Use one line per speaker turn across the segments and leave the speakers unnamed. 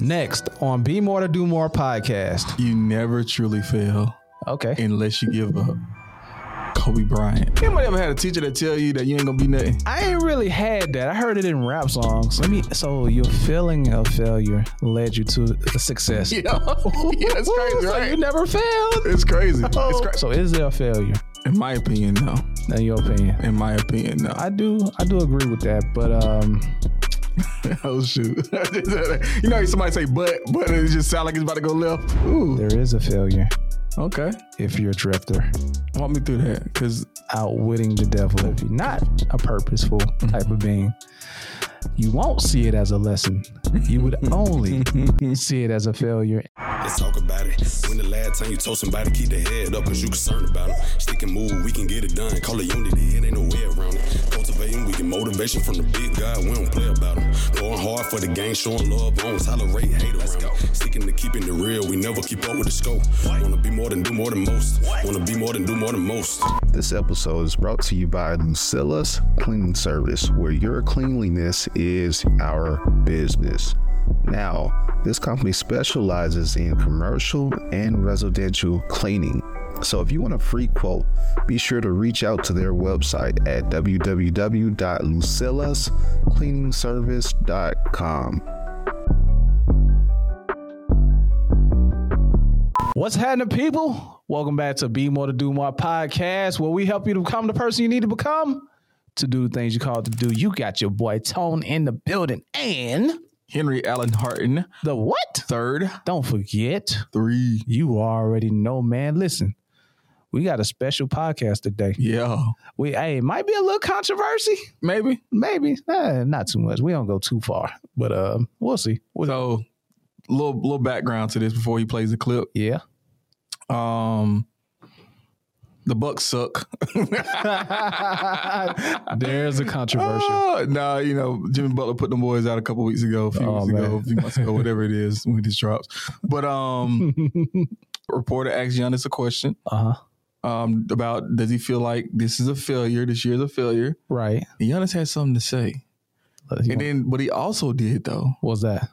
Next on Be More to Do More podcast.
You never truly fail
Okay.
unless you give up. Kobe Bryant. Anybody ever had a teacher that tell you that you ain't gonna be nothing?
I ain't really had that. I heard it in rap songs. Let me. So your feeling of failure led you to success.
Yeah, yeah that's
Ooh,
crazy,
so you
right? Oh.
never failed.
It's crazy. It's cra-
So is there a failure
in my opinion, no.
in your opinion?
In my opinion, no.
I do. I do agree with that, but um,
oh shoot! you know, somebody say "but," but it just sound like it's about to go left. Ooh.
there is a failure
Okay.
if you're a drifter,
Walk me through that, cause
outwitting the devil. If you're not a purposeful type of being, you won't see it as a lesson. You would only see it as a failure.
Let's talk about it. When the last time you told somebody, keep their head up, cause you concerned about them. Stick and move, we can get it done. Call it unity, it ain't no way around it. Cultivating, we get motivation from the big guy, we don't play about them. Going hard for the game, showing love, won't tolerate hate around it. Sticking to keeping it real, we never keep up with the scope. Wanna be more than do more than most. Wanna be more than do more than most.
This episode is brought to you by Lucilla's Cleaning Service, where your cleanliness is our business. Now, this company specializes in commercial and residential cleaning. So if you want a free quote, be sure to reach out to their website at www.lucillascleaningservice.com.
What's happening, people? Welcome back to Be More to Do More podcast, where we help you to become the person you need to become to do things you called to do. You got your boy Tone in the building and
Henry Allen Harton,
the what?
third,
Don't forget,
three.
you already know, man. Listen, we got a special podcast today.
Yeah,
We hey, it might be a little controversy,
maybe.
maybe Eh, not too much. We don't go too far, but um, we'll see. We'll-
So, little little background to this before he plays the clip.
yeah,
Um, the Bucks suck.
there's a controversial.
Oh, nah, you know, Jimmy Butler put them boys out a couple weeks ago, a few
Oh,
weeks ago,
man.
a few months ago, whatever it is when this drops. But um, a reporter asked Giannis a question
Uh huh.
um, about does he feel like this is a failure, this year's a failure?
Right.
And Giannis had something to say. And then what he also did though,
What was that?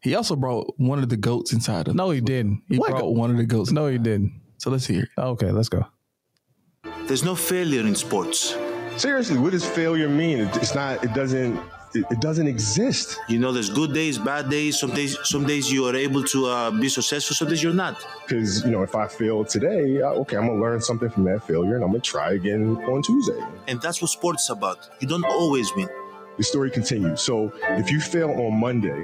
he also brought one of the goats inside of
No, he didn't.
He
What?
brought one of the goats.
No, he didn't.
So let's hear it.
Okay, let's go.
There's no failure in sports.
Seriously, what does failure mean? It- It's not. It doesn't. It it doesn't exist.
You know, there's good days, bad days. Some days, some days you are able to uh, be successful. Some days you're not.
Because you know, if I fail today, I, okay, I'm gonna learn something from that failure, and I'm gonna try again on Tuesday.
And that's what sports is about. You don't always win.
The story continues. So, if you fail on Monday,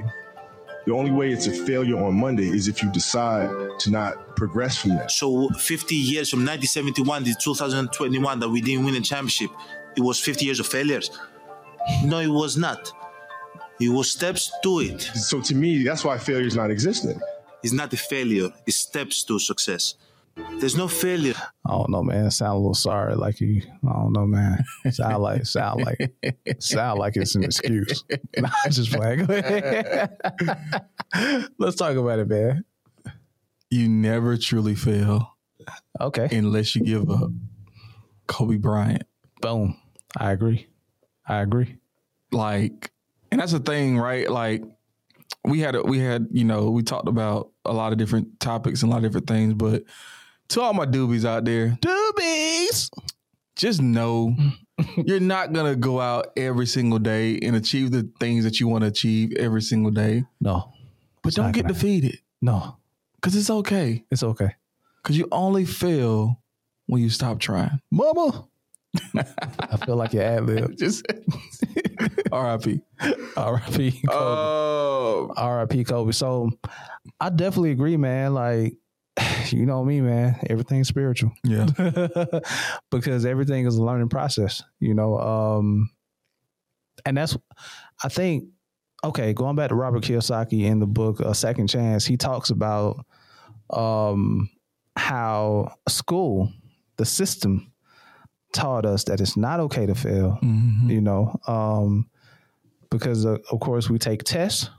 the only way it's a failure on Monday is if you decide to not progress from that.
So 50 years from 1971 to 2021 that we didn't win a championship, it was 50 years of failures. No, it was not. It was steps to it.
So, to me, that's why failure is not existent.
It's not a failure. It's steps to success. There's no failure.
I don't know, man. Sound a little sorry, like you. I don't know, man. Sound like, sound like, sound like it's an excuse. Nah, I'm just playing. Go ahead. Let's talk about it, man.
You never truly fail
Okay.
unless you give up. Kobe Bryant.
Boom. I agree. I agree.
like and that's the thing right like we had a, we had you know we talked about a lot of different topics and a lot of different things but to all my doobies out there
Doobies.
just know you're not gonna go out every single day and achieve the things that you want to achieve every single day
No,
but
It's
don't
not
get
gonna
defeated
no,
because it's okay
it's okay.
because you only fail when you stop trying
Mama. I feel like your ad lib.
just rip
R.I.P. Kobe.
oh
R.I.P. Kobe. So I definitely agree, man. Like, you know me, man. Everything's spiritual.
yeah
because everything is a learning process, you know. Um, and that's, I think, okay, going back to Robert Kiyosaki in the book A Second Chance, he talks about um, how school, the system, taught us that it's not okay to fail,
Mhm.
you know, um, because uh, of course we take tests,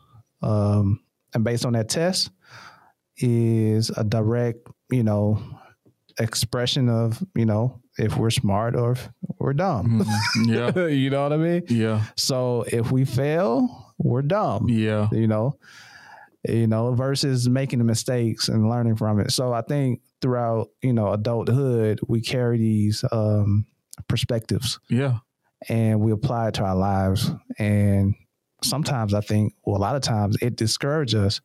um, and based on that test is a direct, you know, expression of you know if we're smart or if we're dumb.
Mhm. yeah
you know what I mean?
yeah
So if we fail, we're dumb.
yeah
You know, you know, versus making the mistakes and learning from it. So I think throughout, you know, adulthood, we carry these um, perspectives
Yeah.
and we apply it to our lives. And sometimes I think, well, a lot of times it discourages us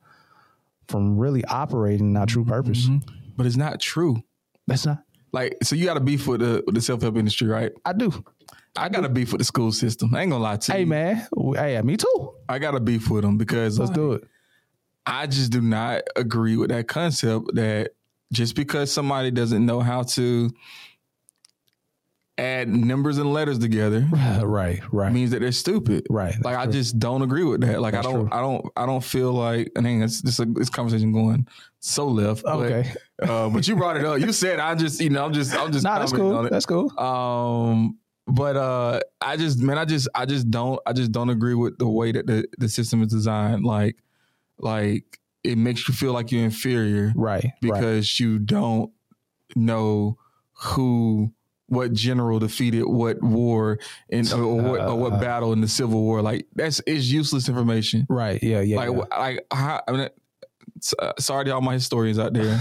from really operating our true purpose.
Mhm. But it's not true.
That's not,
Like, so you got to beef with the, with the self help industry, right?
I do.
I got to beef with the school system. I ain't gonna lie to
Hey,
you.
man. we- Hey, me too.
I got to beef with them because
Let's
like,
do it.
I just do not agree with that concept that just because somebody doesn't know how to add numbers and letters together
Right, right,
means that they're stupid.
right.
Like I just don't agree with that. Like
That's
I don't,
true.
I don't, I don't feel like. I mean, it's this this conversation going so left. but,
okay.
uh, but you brought it up. You said I just, you know, I'm just, I'm just.
Nah, that's
commenting on
cool.
it.
That's cool.
Um, but uh, I just, man, I just, I just don't, I just don't agree with the way that the, the system is designed. Like, like it makes you feel like you're inferior
Right, right.
because you don't know who, what general defeated what war and or, or what, or what
Uh.
battle in the Civil War. Like that's it's useless information.
Right, yeah, yeah.
Like,
yeah.
wh- like how, I mean, s- uh, sorry to all my historians out there.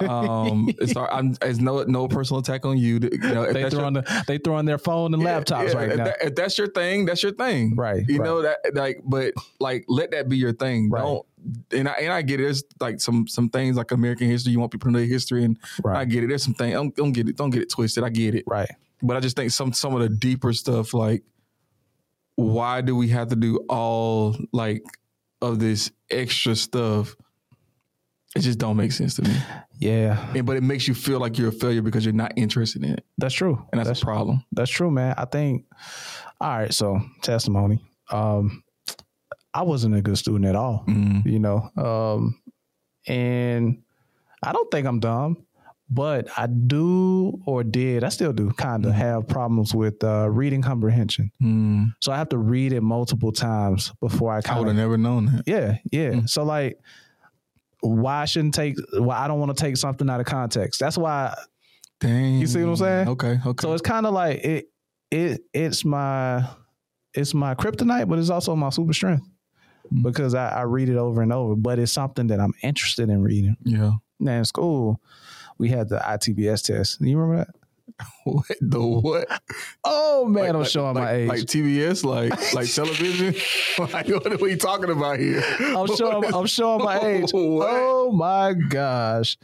Um, it's, I'm, it's no no personal attack on you. You know, if
they
that's your-
throwing the, they throwing their phone and laptops
yeah,
right
if
now.
that- if that's your thing, that's your thing.
right.
You
right.
know that like, but like, let that be your thing.
Right.
Don't. And I and I get it. There's like some some things like American history. You want people to know their history, and I
right.
get it. There's some things. Don't, don't get it. Don't get it twisted. I get it.
right.
But I just think some some of the deeper stuff like, why do we have to do all like of this extra stuff? It just don't make sense to me.
Yeah.
And, but it makes you feel like you're a failure because you're not interested in it,
That's true.
and that's,
that's
a problem.
that's true, man. I think all right, so testimony. Um I wasn't a good student at all,
Mm.
you know. Um and I don't think I'm dumb, but I do or did, I still do kind of have problems with uh reading comprehension.
Mm.
So I have to read it multiple times before I
I would
kind
have
of
never known that.
Yeah, yeah. So like, why I shouldn't take? Why I don't want to take something out of context. That's why.
Dang.
see what I'm saying?
Okay. Okay.
So it's kind of like it. It it's my it's my kryptonite, but it's also my super strength
Mm.
because I, I read it over and over. But it's something that I'm interested in reading.
yeah.
Now in school, we had the ITBS test. You remember that?
What the what?
Oh man, I'm
like,
showing
like,
my age.
Like TBS, like like television. like what are we talking about here?
I'm showing. I'm showing my age.
What?
Oh my gosh,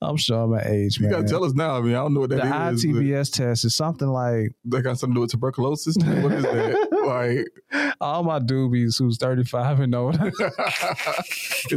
I'm showing my age,
you
man.
gotta tell us now. I mean, I don't know what
the
that is. but
ITBS test is something like
That got something to do with tuberculosis. What is that? like,
all my doobies who's 35 and older.
is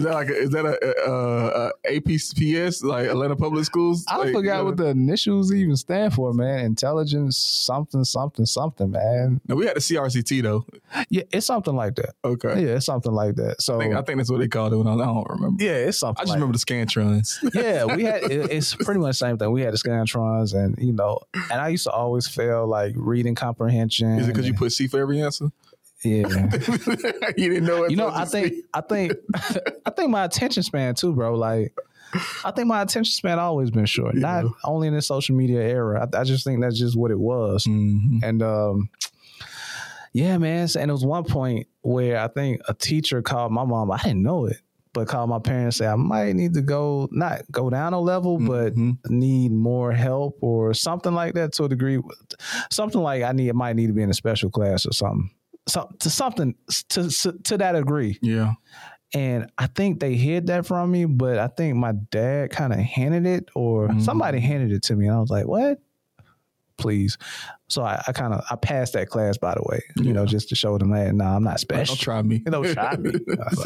that like a, is that a, uh a APPS like Atlanta Public Schools?
I
Like,
forgot
you know,
what the initials even stand for, man. Intelligence, something, something, something, man.
No, we had the CRCT though.
Yeah, it's something like that.
Okay.
Yeah, it's something like that. So,
I, think, I think that's what they called it. When I, was- I don't remember.
yeah, it's something.
I just
like
remember the Scantrons.
yeah, we had it, it's pretty much the same thing. We had the scantrons, and you know, and I used to always fail like reading comprehension.
Is it because you put C for every answer?
Yeah.
you didn't know.
you know, I think I think I think my attention span too, bro. Like, I think my attention span always been short. Not
Yeah.
only in the social media era. I, I just think that's just what it was.
hmm
And um, yeah, man. And it was one point where I think a teacher called my mom. I didn't know it, but called my parents. Said I might need to go not go down a level, but
Mhm.
need more help or something like that to a degree. Something like I need might need to be in a special class or something. So, to something to, to to that degree.
Yeah.
And I think they hid that from me, but I think my dad kind of handed it or
Mm.
somebody handed it to me. And I was like, what? Please. So I, I kind of I passed that class by the way, you know,
Yeah.
just to show them that no, I'm not
Don't
special.
try me.
You know, try me.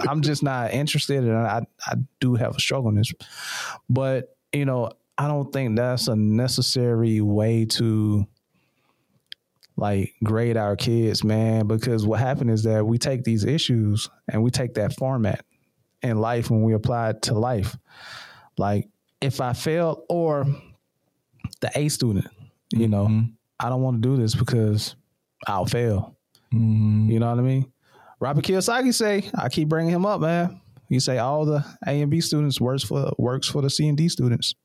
I'm just not interested and I I do have a struggle in this. But, you know, I don't think that's a necessary way to like grade our kids, man, because what happened is that we take these issues and we take that format in life when we apply it to life. Like if I fail or the A student, you know,
Mhm.
I don't want to do this because I'll fail.
Mhm.
You know what I mean? Robert Kiyosaki say, I keep bringing him up, man. He say all the A and B students works for works for the C and D students.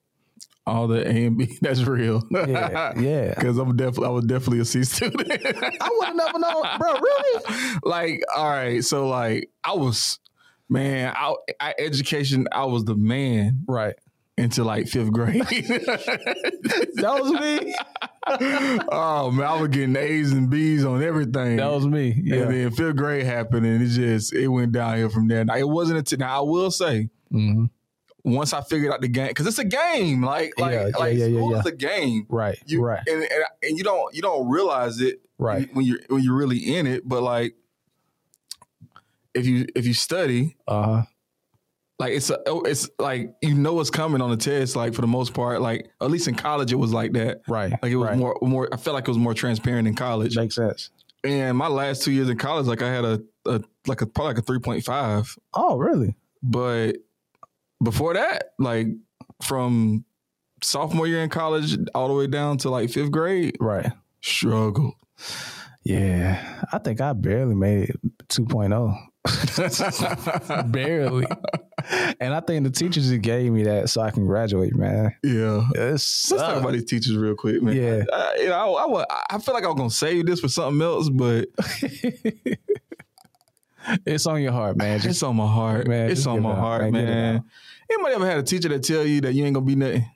All the A and B. That's real.
Yeah, yeah.
Because I'm definitely, I was definitely a C student.
I would have never known, bro. Really?
like, all right, so like, I was, Man, I, I education. I was the man
Right.
until like fifth grade.
That was me.
oh man, I was getting A's and B's on everything.
that was me. Yeah.
And then fifth grade happened, and it just it went downhill from there. Now, it wasn't until now. I will say,
Mhm.
once I figured out the game, because it's a game. Like like
Yeah, yeah,
like
yeah, yeah,
school
yeah.
is a game.
Right.
You,
right.
And, and and you don't you don't realize it
Right.
when you're when you're really in it. But like, if you if you study,
Uh huh.
like it's a, oh, it's like you know what's coming on the test. Like for the most part, like at least in college, it was like that.
Right.
Like it was
right.
more more. I felt like it was more transparent in college.
Makes sense.
and my last two years in college, like I had a, a like a probably like a three point five.
Oh, really?
But before that, like from sophomore year in college all the way down to like fifth grade,
Right.
struggle.
Yeah. I think I barely made it oh. 2.0. barely. and I think the teachers just gave me that so I can graduate, man.
yeah.
It's
Let's talk about these teachers real quick, man.
Yeah.
I, you know, I, I, wa- I feel like I was gonna save this for something else, but
it's on your heart, man. Just
it's on my heart,
Man,
man. It's
just
on
give it
my
out,
heart,
man. Get
man.
it out.
Anybody ever had a teacher that tell you that you ain't gonna be nothing?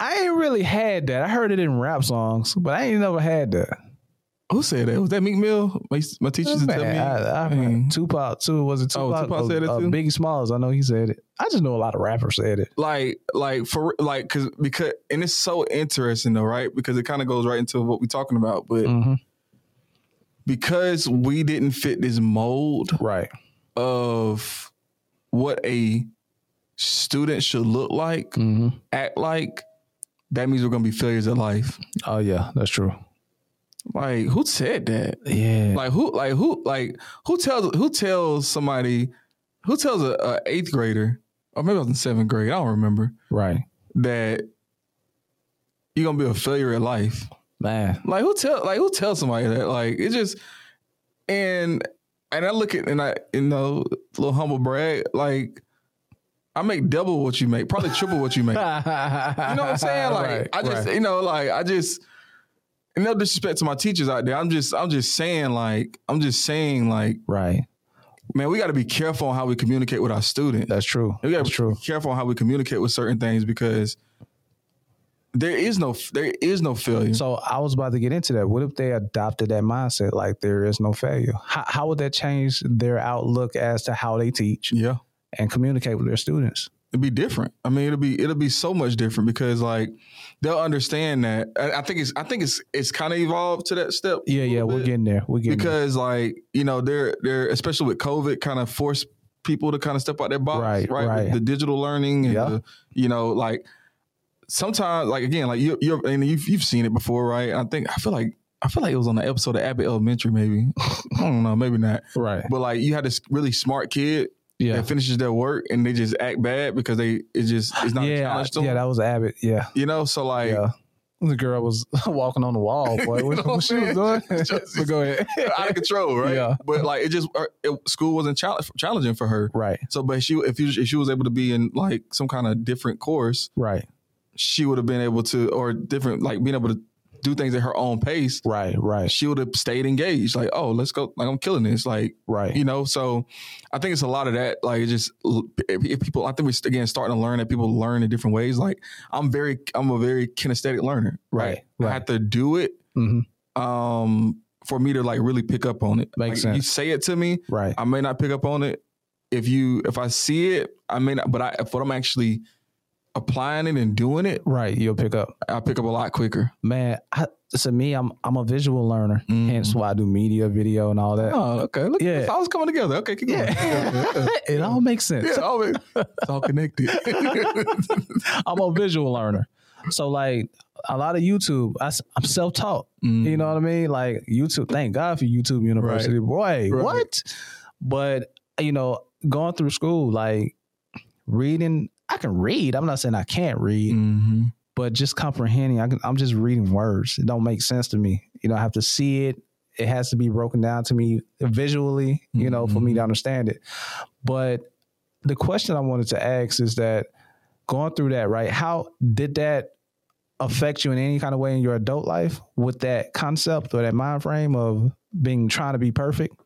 I ain't really had that. I heard it in rap songs, but I ain't never had that.
Who said that? Was that Meek Mill? My, my teacher used to tell me.
I, I,
Mm.
Tupac too. Was it
Oh,
Tupac?
Tupac said it
Uh,
too?
Biggie Smalls. I know he said it. I just know a lot of rappers said it.
like like for like cause because and it's so interesting though, right? Because it kind of goes right into what we're talking about. But
Mm.
because we didn't fit this mold
Right.
of what a student should look like,
Mm-hmm.
act like, that means we're gonna be failures at life.
Oh yeah, that's true.
Like who said that?
Yeah.
Like who like who like who tells who tells somebody who tells a, a eighth grader or maybe I was in seventh grade, I don't remember,
right.
that you're gonna be a failure at life.
Man.
Like who tell like who tells somebody that? Like it just and and I look at and I you know little humble brag like I make double what you make, probably triple what you make.
you
You know what I'm saying? Like I just you know like I just and no disrespect to my teachers out there. I'm just I'm just saying like I'm just saying like
right.
man, we got to be careful on how we communicate with our students.
That's true.
We got
That's
to be
true.
careful on how we communicate with certain things because there is no there is no failure.
So I was about to get into that. What if they adopted that mindset, like there is no failure? How, how would that change their outlook as to how they teach
yeah.
and communicate with their students?
it'd be different. I mean, it'll be it'll be so much different because like they'll understand that. I, I think it's I think it's it's kind of evolved to that step.
Yeah,
a
yeah,
little
we're
bit.
getting there. We're getting
because like you know they're they're especially with COVID kind of forced people to kind of step out their box,
Right,
right? with
right.
the digital learning and
Yeah.
the, you know like sometimes like again like you you're and you've you've seen it before, right? I think I feel like. I feel like it was on the episode of Abbott Elementary, maybe. I don't know, maybe not.
there. Right.
But like, you had this really smart kid
Yeah.
that finishes their work and they just act bad because they it just it's not a
Yeah.
challenge to
Yeah,
them.
that was Abbott. Yeah.
you know, so like
yeah. The girl was walking on the wall, boy. What,
You know
what she was
what
doing?
I'm saying? Just-
but go ahead.
out of control, right?
Yeah.
But like it just her- it, school wasn't challenge, challenging for her.
Right,
So, but she if, you, if she was able to be in like some kind of different course,
right,
she would have been able to or different like being able to do things at her own pace.
right, right,
She would have stayed engaged. Like, oh, let's go. Like, I'm killing this. Like,
right.
you know so i think it's a lot of that like it's just if if people i think we're again starting to learn that people learn in different ways like i'm very i'm a very kinesthetic learner
Right, right.
i have to do it
hmm
um for me to like really pick up on it
Makes
Like, you
sense.
say it to me
Right,
i may not pick up on it if you if i see it i may not but i if what i'm actually applying it and doing it
right. You'll pick up,
i pick up a lot quicker
man. I, to me, I'm I'm a visual learner,
Mhm.
hence why I do media, video, and all that.
oh okay look
Yeah.
yeah i was coming together okay keep going.
Yeah, it all makes sense.
yeah always it's all Mm-hmm. connected
I'm a visual learner, so like a lot of YouTube, I, am self taught. You
Mm.
know what I mean? Like YouTube. Thank God for YouTube University, boy.
Right.
What? But you know, going through school, like reading, I can read. I'm not saying I can't read.
Mm-hmm.
but just comprehending, I can, I'm just reading words. It don't make sense to me. You know, I have to see it. It has to be broken down to me visually, you know, for me
Mm-hmm.
to understand it. But the question I wanted to ask is that going through that, right? How did that affect you in any kind of way in your adult life with that concept or that mind frame of being trying to be perfect?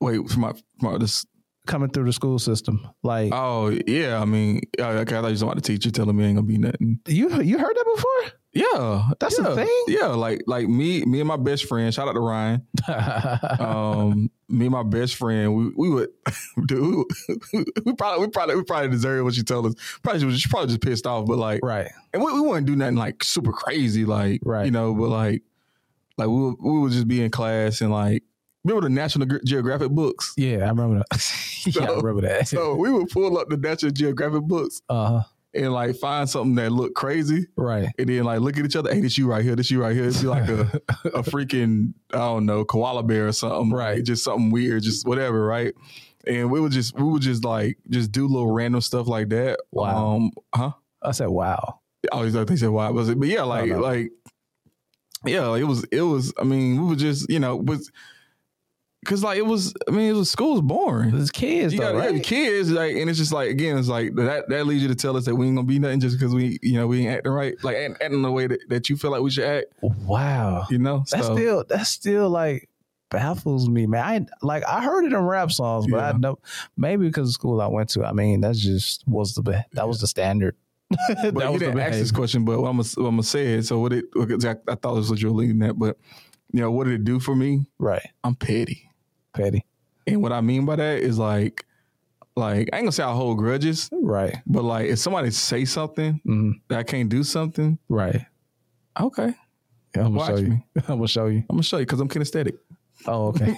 Wait, for my, for my this,
coming through the school system. Like
oh yeah, I mean, oh, okay, I thought you saw the teacher telling me ain't gonna be nothing.
you you heard that before?
Yeah,
That's a
yeah,
thing?
Yeah, like like me, me and my best friend. Shout out to Ryan. Um, me and my best friend, we we would, dude, we, probably we probably we probably deserve what you tell us. Probably was probably just pissed off, but like,
right.
and we, we wouldn't do nothing like super crazy, like
Right.
you know, but like like we would, we would just be in class and like remember the National Ge- Geographic books.
Yeah, I remember that. yeah, I
So-
remember that.
So we would pull up the National Geographic books
uh huh.
and like find something that looked crazy,
Right.
and then like look at each other. Hey, this you right here. This you right here. It'd be like a a freaking I don't know koala bear or something.
Right.
Just something weird. Just whatever. Right. And we would just we would just like just do little random stuff like that.
Wow.
Um, huh? Oh,
I said, wow.
I always thought they said why was it? But yeah, like
no.
like yeah, like it was it was. I mean, we were just you know was because like it was. I mean, it was school's boring.
It's kids
You
though,
got
right?
yeah, kids, like, and it's just like again, it's like that. That leads you to tell us that we ain't gonna be nothing just because we, you know, we ain't acting right, like act- acting the way that, that you feel like we should act.
Wow.
You know,
That's
So,
still that's still like baffles me, man. I like I heard it in rap songs, but I
Yeah.
know maybe because of school I went to. I mean, that's just was the be- that was the standard. that
But you
was the
didn't ask this
behavior.
question, but I'm gonna I'm gonna say it. So what it? okay, I, I thought this was what you were leading at, but you know, what did it do for me?
Right,
I'm petty,
petty.
and what I mean by that is like, like I ain't gonna say I hold grudges,
Right,
but like if somebody say something
Mhm.
that I can't do something,
right.
okay,
I'm gonna
Watch
show you.
me.
I'm gonna show you.
I'm gonna show you because I'm kinesthetic.
Oh, okay.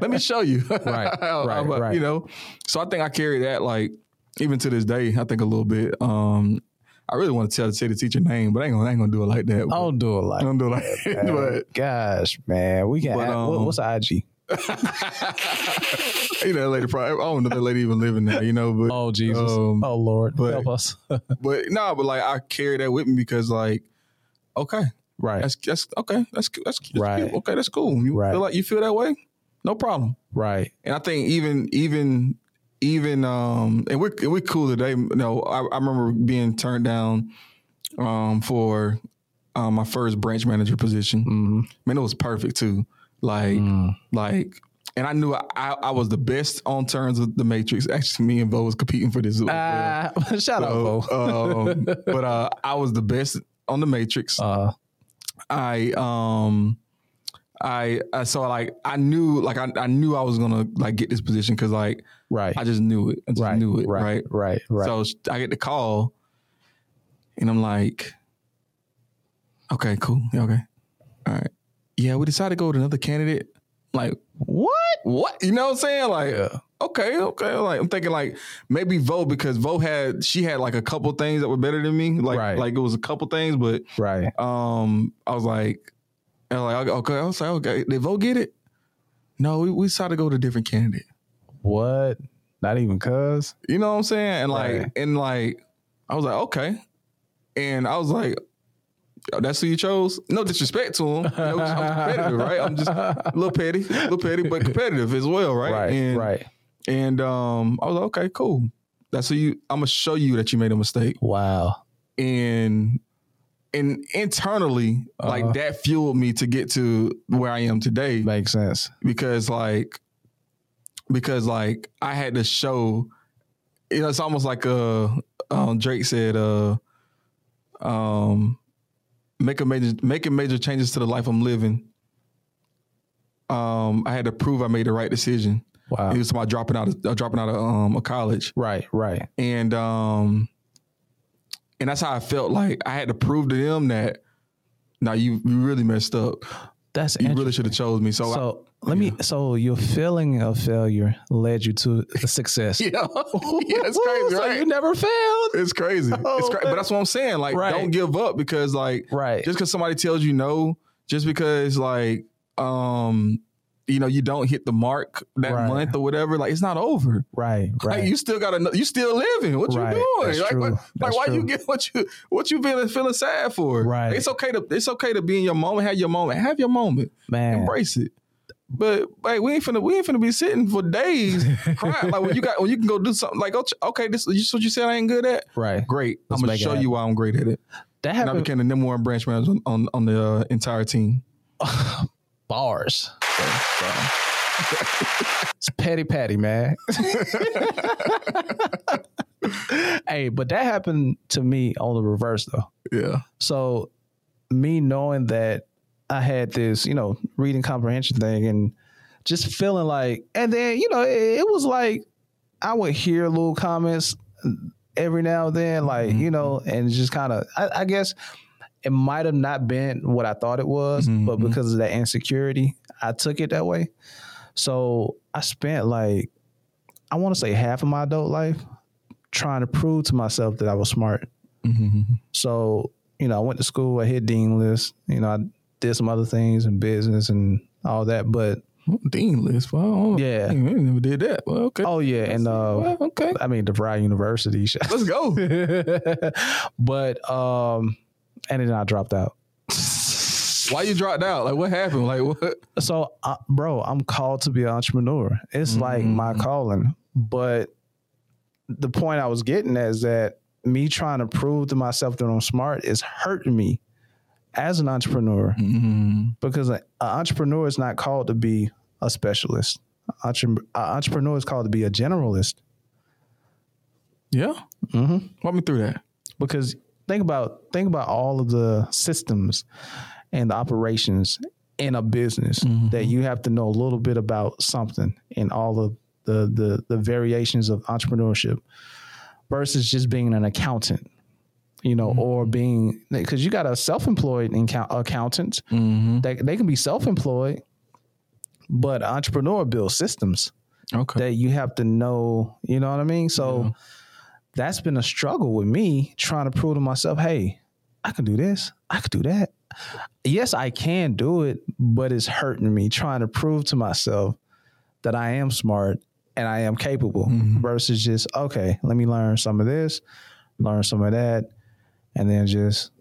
Let me show you.
Right, right,
But,
right.
You know, so I think I carry that like even to this day. I think a little bit. Um, I really want to tell say the teacher name, but I ain't gonna I ain't gonna do it like that.
I don't do it
I
like
don't do it like
that.
that.
Gosh, man, we can.
But,
add- what-
um,
what's IG?
But you know, that lady probably. I don't know that lady even living now. You know, but
Oh Jesus!
um,
oh Lord,
but-
help us!
but no, but like I carry that with me because like. Okay,
right,
that's that's okay. That's cu- that's, cu- that's
Right.
cute. okay. That's cool. You
Right.
feel like you feel that way, no problem.
right,
And I think even even even um and we're and we're cool today. You know, I, I remember being turned down um for um, my first branch manager position.
hmm
Man, it was perfect too. Like
Mm.
like and I knew I, I, I was the best on terms of the Matrix. Actually, me and Bo was competing for this. as well.
Ah, shout
So,
out, Bo.
um, but uh, I was the best on the Matrix.
Uh,
I um I, I so like I knew like I, I knew I was gonna like get this position because like
right,
I just knew it I just
right,
knew it right,
right, right, right.
so sh- I get the call and I'm like okay cool Yeah, okay all right yeah we decided to go with another candidate like
what?
what you know what I'm saying like uh, okay okay like I'm thinking like maybe Vo because Vo had she had like a couple things that were better than me like
Right.
like it was a couple things but
Right,
um, I was like, and like okay, I was like, okay, did Vogue get it? No, we, we decided to go to a different candidate.
what? Not even cuz.
You know what I'm saying? And like,
Right.
and like, I was like, okay, and I was like, "Oh, that's who you chose. No disrespect to him. You know, I'm competitive, right? I'm just a little petty, a little petty, but competitive as well, right?
Right,
and,
right.
And um, I was like, okay, cool. That's who you. I'm gonna show you that you made a mistake.
Wow.
and and internally
Uh-huh.
like that fueled me to get to where I am today
Makes sense.
because like because like I had to show you know it's almost like uh um, Drake said uh um making major making major changes to the life I'm living um I had to prove I made the right decision
Wow.
it was about dropping out of, uh, dropping out of um a college
Right, right,
and um and that's how I felt like I had to prove to them that now you you really messed up.
that's
You
interesting.
really should have chose me. So,
so let me. So your feeling of failure led you to success.
I, yeah, yeah, it's crazy,
so
right?
you never failed.
it's crazy. it's crazy,
man.
but that's what I'm saying. Like,
Right.
don't give up because like
Right.
just because somebody tells you no, just because like um you know you don't hit the mark that
Right.
month or whatever, like it's not over.
right, right.
Like you still got to you still living. What
Right.
you doing?
That's
like
true.
what, like
That's
why you
true.
get what you what you feeling feeling sad for?
Right.
It's okay to it's okay to be in your moment, have your moment, have your moment,
Man,
embrace it. But like we ain't finna we ain't finna be sitting for days crying. like when you got when you can go do something like okay, okay this is what you said I ain't good at.
right.
Great,
Let's
I'm gonna
make it
show
happen.
you why I'm great at it.
That
And I
happened.
became the number one branch manager on on, on the uh, entire team.
bars. It's petty patty, man. hey, but that happened to me on the reverse though.
Yeah.
So me knowing that I had this, you know, reading comprehension thing and just feeling like and then, you know, it, it was like I would hear little comments every now and then, like, you know, and it's just kind of I, I guess it might have not been what I thought it was, but
Mhm.
because of that insecurity, I took it that way. So I spent like I want to say half of my adult life trying to prove to myself that I was smart.
Mm-hmm.
So, you know, I went to school, I hit dean list, you know, I did some other things in business and all that, but
Dean list. Well, I don't-
Yeah.
I ain't never did that. Well, okay.
oh yeah, and uh
Well, okay.
I mean DeVry University.
Let's go.
but um and then I dropped out.
Why you dropped out? Like, what happened? Like, what?
So, uh, bro, I'm called to be an entrepreneur. It's like my calling. But the point I was getting at is that me trying to prove to myself that I'm smart is hurting me as an entrepreneur
Mm-hmm.
because an entrepreneur is not called to be a specialist. Entrep- a entrepreneur is called to be a generalist
Yeah. Mm-hmm. Walk me through that.
because think about think about all of the systems and the operations in a business that you have to know a little bit about something and all of the the the variations of entrepreneurship versus just being an accountant you know or being because you got a self-employed account, accountant that they can be self-employed but entrepreneur builds systems
Okay.
that you have to know. You know what I mean? So that's been a struggle with me trying to prove to myself, hey, I can do this, I can do that. Yes, I can do it, but it's hurting me trying to prove to myself that I am smart and I am capable versus just, okay, let me learn some of this, learn some of that, and then just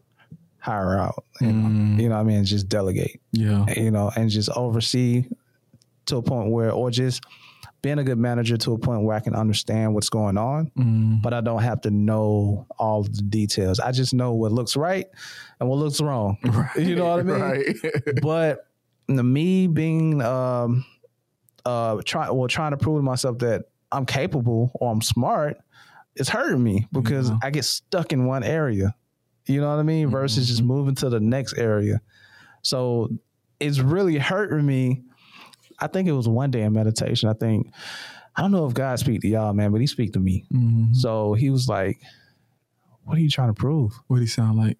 hire out. You, know, you know what I mean? Just delegate
Mm, yeah.
you know, and just oversee to a point where, or just being a good manager to a point where I can understand what's going on,
Mm.
but I don't have to know all the details. I just know what looks right and what looks wrong. You know what I mean?
Right.
But me being, um, uh, try, well, trying to prove to myself that I'm capable or I'm smart is hurting me because I get stuck in one area. You know what I mean? Versus just moving to the next area. So it's really hurting me. I think it was one day in meditation. I think I don't know if God speak to y'all, man, but He speak to me. So He was like, "What are you trying to prove?"
What he sound like?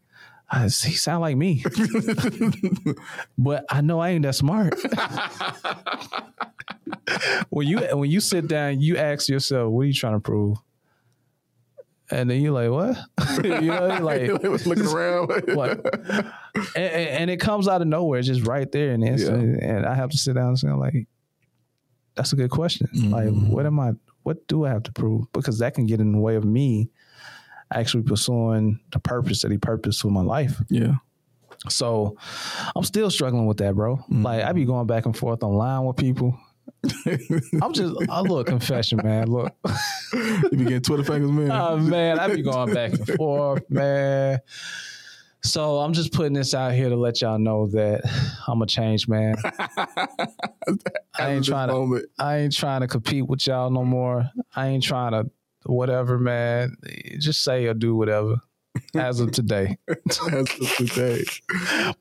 I, he sound like me, but I know I ain't that smart. when you when you sit down, you ask yourself, "What are you trying to prove?" And then you're like, "What?" you know, you're like
He was looking around.
what? and, and- and it comes out of nowhere, just right there in the instant. And I have to sit down and say, like, that's a good question.
Mm-hmm.
Like, what am I? What do I have to prove? Because that can get in the way of me actually pursuing the purpose that he purposed for my life.
yeah.
So I'm still struggling with that, bro. Like I be going back and forth online with people. I'm just a little confession, man. Look,
You be getting Twitter fingers, man.
oh man, I be going back and forth, man. So I'm just putting this out here to let y'all know that I'm a change man. I ain't
This
trying to
moment.
I ain't trying to compete with y'all no more. I ain't trying to whatever, man. Just say or do whatever as of today.
That's just today.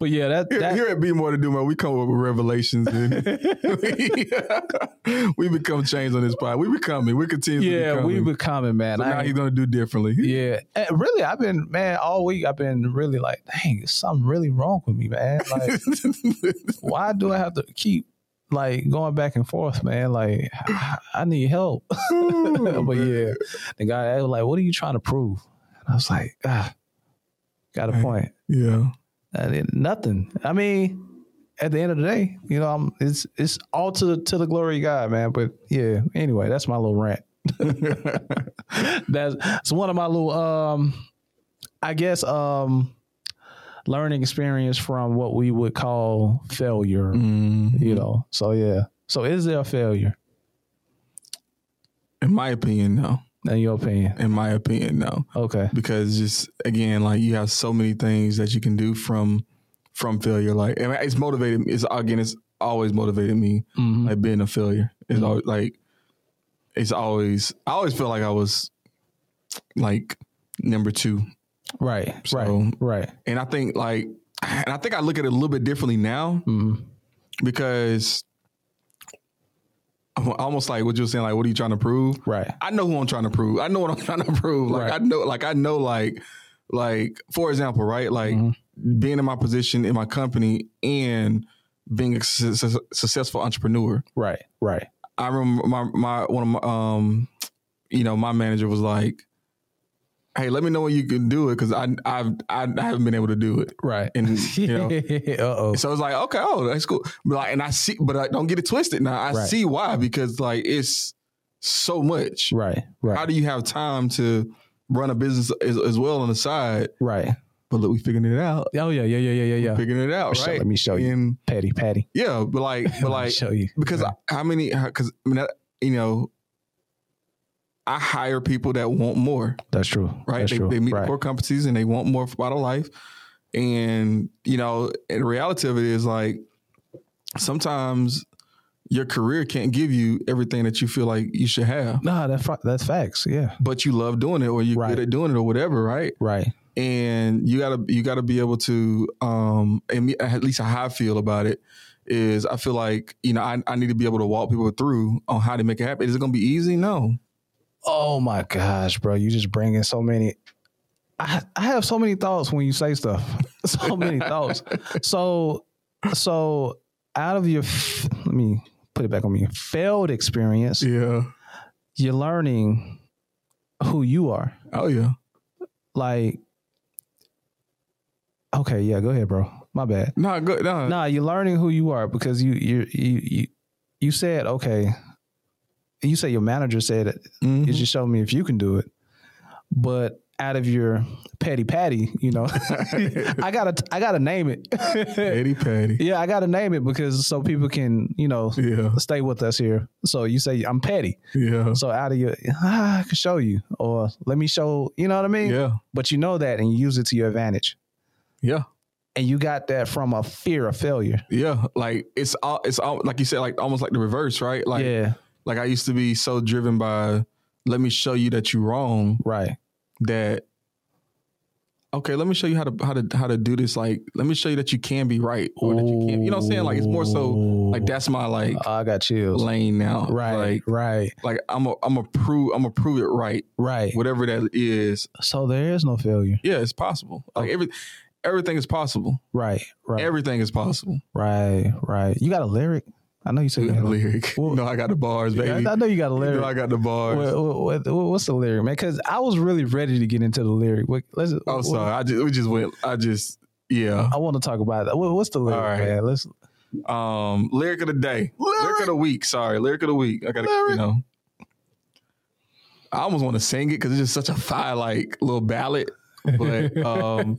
But yeah, that,
Here,
that
here at Be More to Do, man, we come up with revelations and we become changed on this pod. We becoming. We continue to
yeah,
becoming.
we becoming, man.
So
I
now
ain't-
he's gonna do differently.
Yeah, and really, I've been man all week. I've been really like, dang, there's something really wrong with me, man. Like, why do I have to keep like going back and forth, man? Like, I I need help. but yeah, the guy was like, "What are you trying to prove?" And I was like, ah, got a point.
yeah.
I did nothing. I mean, at the end of the day, you know, I'm, it's it's all to the to the glory of God, man. But yeah, anyway, that's my little rant. that's it's one of my little um, I guess um, learning experience from what we would call failure.
Mm-hmm. Mm,
You know, so yeah. So is there a failure
In my opinion, no.
in your opinion?
In my opinion, no.
Okay.
Because just again, like you have so many things that you can do from from failure. Like and it's motivated. It's again, it's always motivated me. Like being a failure. It's always like it's always I always feel like I was like number two.
Right.
So-
right. Right.
And I think like and I think I look at it a little bit differently now because I'm almost like what you're saying, like what are you trying to prove?
Right.
I know who I'm trying to prove. I know what I'm trying to prove. Like
Right.
I know, like I know, like like for example, right? Like
Mm-hmm.
being in my position in my company and being a su- su- successful entrepreneur.
Right. Right.
I remember my my one of my um, you know, my manager was like, "Hey, let me know when you can do it because I I've I haven't been able to do it."
Right.
And you know,
uh oh.
so it's like, okay, oh, that's cool. But like, and I see, but like, don't get it twisted. Now I
Right.
see why because like it's so much.
Right.
How
Right.
do you have time to run a business as, as well on the side?
Right.
But look, we figuring it out.
Oh yeah. Yeah. Yeah. Yeah. Yeah. Yeah.
Figuring it out,
Sure,
right?
Oh, let me show you.
And
Patty. Patty.
yeah, but like,
Let
but
me
like,
show you
because I, how many? Because I mean, that, you know, I hire people that want more,
That's true.
right?
That's
They,
true.
they meet
right.
the core competencies and they want more out of life. And you know, and the reality of it is like sometimes your career can't give you everything that you feel like you should have,
Nah, that's fa- that's facts. Yeah.
but you love doing it or you're
Right.
good at doing it or whatever, right?
Right.
and you gotta you gotta be able to um and me, at least how I feel about it is I feel like you know I, I need to be able to walk people through on how to make it happen. Is it gonna be easy? No.
Oh my gosh, bro! You just bring in so many. I I have so many thoughts when you say stuff. So many thoughts. So so out of your, f- let me put it back on me. Failed experience,
Yeah.
you're learning who you are.
Oh yeah.
Like, okay, yeah, go ahead, bro. My bad.
No. Good. No.
Nah, you're learning who you are because you you you you, you said okay. You said your manager said it.
Mhm.
You just showed me if you can do it, but out of your petty patty, you know, I gotta I gotta name it.
Eddie Patty.
yeah, I gotta name it because so people can you know
Yeah.
stay with us here. So you say I'm petty.
Yeah.
So out of your ah, I can show you or let me show. You know what I mean?
Yeah.
But you know that and you use it to your advantage.
Yeah.
And you got that from a fear of failure.
Yeah. Like it's all it's all like you said like almost like the reverse, right? Like
yeah.
like I used to be so driven by let me show you that you're wrong
Right.
that okay, let me show you how to how to how to do this. Like, let me show you that you can be right or that you can. You know what I'm saying? Like, it's more so like that's my like
Oh, I got chills.
lane now.
right.
Like,
right.
like I'm a I'm a prove I'm a prove it right.
Right.
Whatever that is,
So there is no failure.
yeah, it's possible. Like every everything is possible.
Right. Right.
Everything is possible.
right. Right. You got a lyric? I know you said you had a lyric.
Lyric.
Well-
no, I got the bars, baby.
I, I know you got a
You
lyric.
know I got the bars.
What- what- what- what's the lyric, man? Because I was really ready to get into the lyric. What, let's.
I'm
what-
sorry. I just we just went. I just yeah.
I want to talk about that. What, what's the lyric,
All right.
man? Let's.
Um, lyric of the day, lyric, of the week. Sorry, lyric of the week. I gotta, you know. I almost want to sing it because it's just such a fire, like little ballad. But um,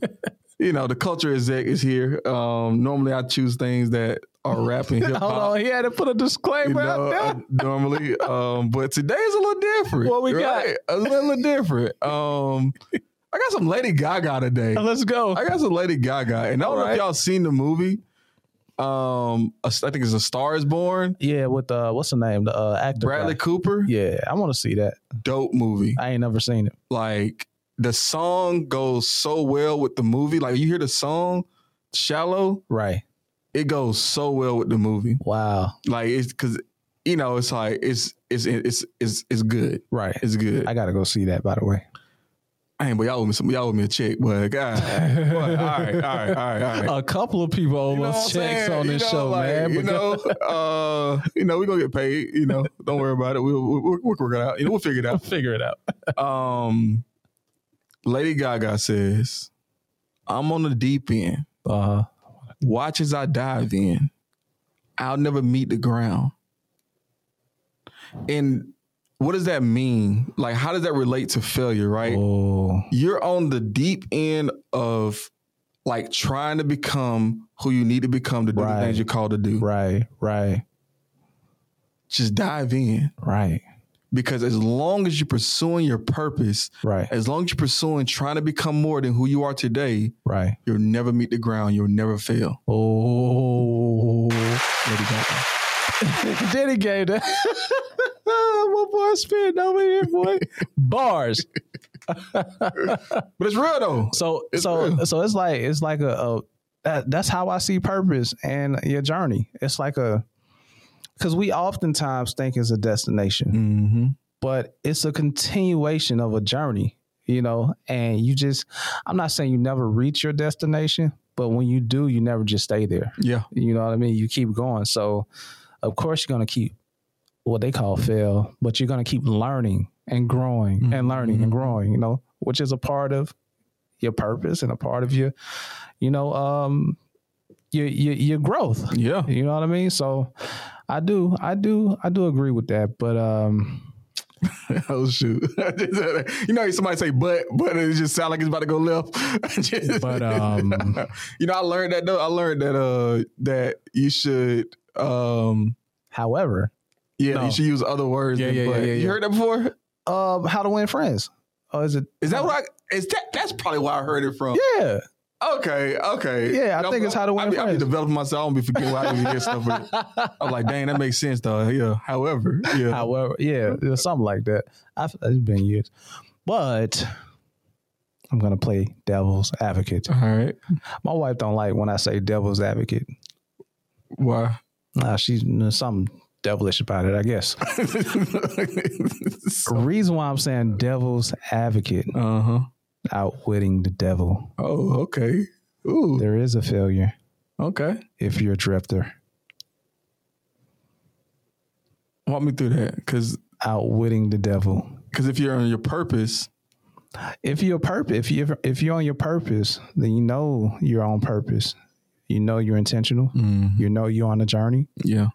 you know, the culture is is here. Um, normally, I choose things that are rap and hip
Hold
hop.
on. He had to put a
You
disclaimer
know,
out there.
uh, normally, um, but today is a little different.
What we got?
A little different. Um, I got some Lady Gaga today.
Let's go.
I got some Lady Gaga, and I don't know if
Alright.
y'all seen the movie. Um, I think it's A Star Is Born.
yeah, with uh, what's the name? The uh, actor.
Bradley
guy.
Cooper,
Yeah, I want to see that.
dope movie.
I ain't never seen it.
Like the song goes so well with the movie. Like you hear the song "Shallow,"
Right.
it goes so well with the movie.
Wow.
Like it's because you know it's like it's it's it's it's it's good.
Right.
It's good.
I gotta go see that. By the way.
Dang, but y'all owe me some. Y'all owe me a check, but God. Boy, all right, all right, all right, all right.
A couple of people
You know
almost
what I'm
checks
saying?
on
You
this
know,
show,
like,
man.
You
because-
know, uh, you know, we're gonna get paid. You know, don't worry about it. We'll, we'll, we'll work it out. You know, we'll figure it out.
figure it out.
Um, Lady Gaga says, "I'm on the deep end.
Uh,
Watch as I dive in. I'll never meet the ground." And what does that mean? Like, how does that relate to failure? Right?
oh,
You're on the deep end of like trying to become who you need to become to do
Right.
the things you're called to do.
right, right,
just dive in
right,
because as long as you're pursuing your purpose,
right,
as long as you're pursuing trying to become more than who you are today,
right.
you'll never meet the ground. You'll never fail.
Oh,
Lady Gaga.
Dedicated. what boy spitting over here, boy? Bars.
But it's real though.
So
It's
so
real.
so it's like it's like a, a that, that's how I see purpose and your journey. It's like a because we oftentimes think it's a destination,
Mm-hmm.
but it's a continuation of a journey, you know. And you just, I'm not saying you never reach your destination, but when you do, you never just stay there.
Yeah.
You know what I mean? You keep going. So, of course, you're going to keep what they call fail, but you're going to keep learning and growing
Mm-hmm.
and learning and growing, you know, which is a part of your purpose and a part of your, you know, um, your, your, your growth.
Yeah.
You know what I mean? So I do, I do, I do agree with that. But, um,
Oh shoot! you know, somebody say "but," but it just sound like it's about to go left. Just-
But, um,
you know, I learned that though. I learned that uh that you should um
however,
yeah
No.
you should use other words.
Yeah,
than
yeah, yeah,
"but."
yeah,
You
yeah.
heard that before?
um, how to win friends. Oh, is it?
Is that what I? Is that that's probably where I heard it from?
Yeah.
Okay, okay.
Yeah, I
I'm-
think it's how to win
I be, I be
friends.
developing myself. I don't be forgetting why I even get stuff. With it. I'm like, dang, that makes sense though. Yeah. However, yeah.
However, yeah, yeah, something like that. I've, it's been years, but I'm gonna play devil's advocate.
All right.
My wife don't like when I say devil's advocate.
Why?
Nah, she's there's something devilish about it, I guess. The reason why I'm saying devil's advocate,
uh huh.
outwitting the devil.
Oh, okay. Ooh.
There is a failure
Okay.
if you're a drifter.
Walk me through that, because
Outwitting the devil.
because if you're on your purpose,
if you're purpose, if you if you're on your purpose, then you know you're on purpose. You know you're intentional. You know you're on a journey.
yeah.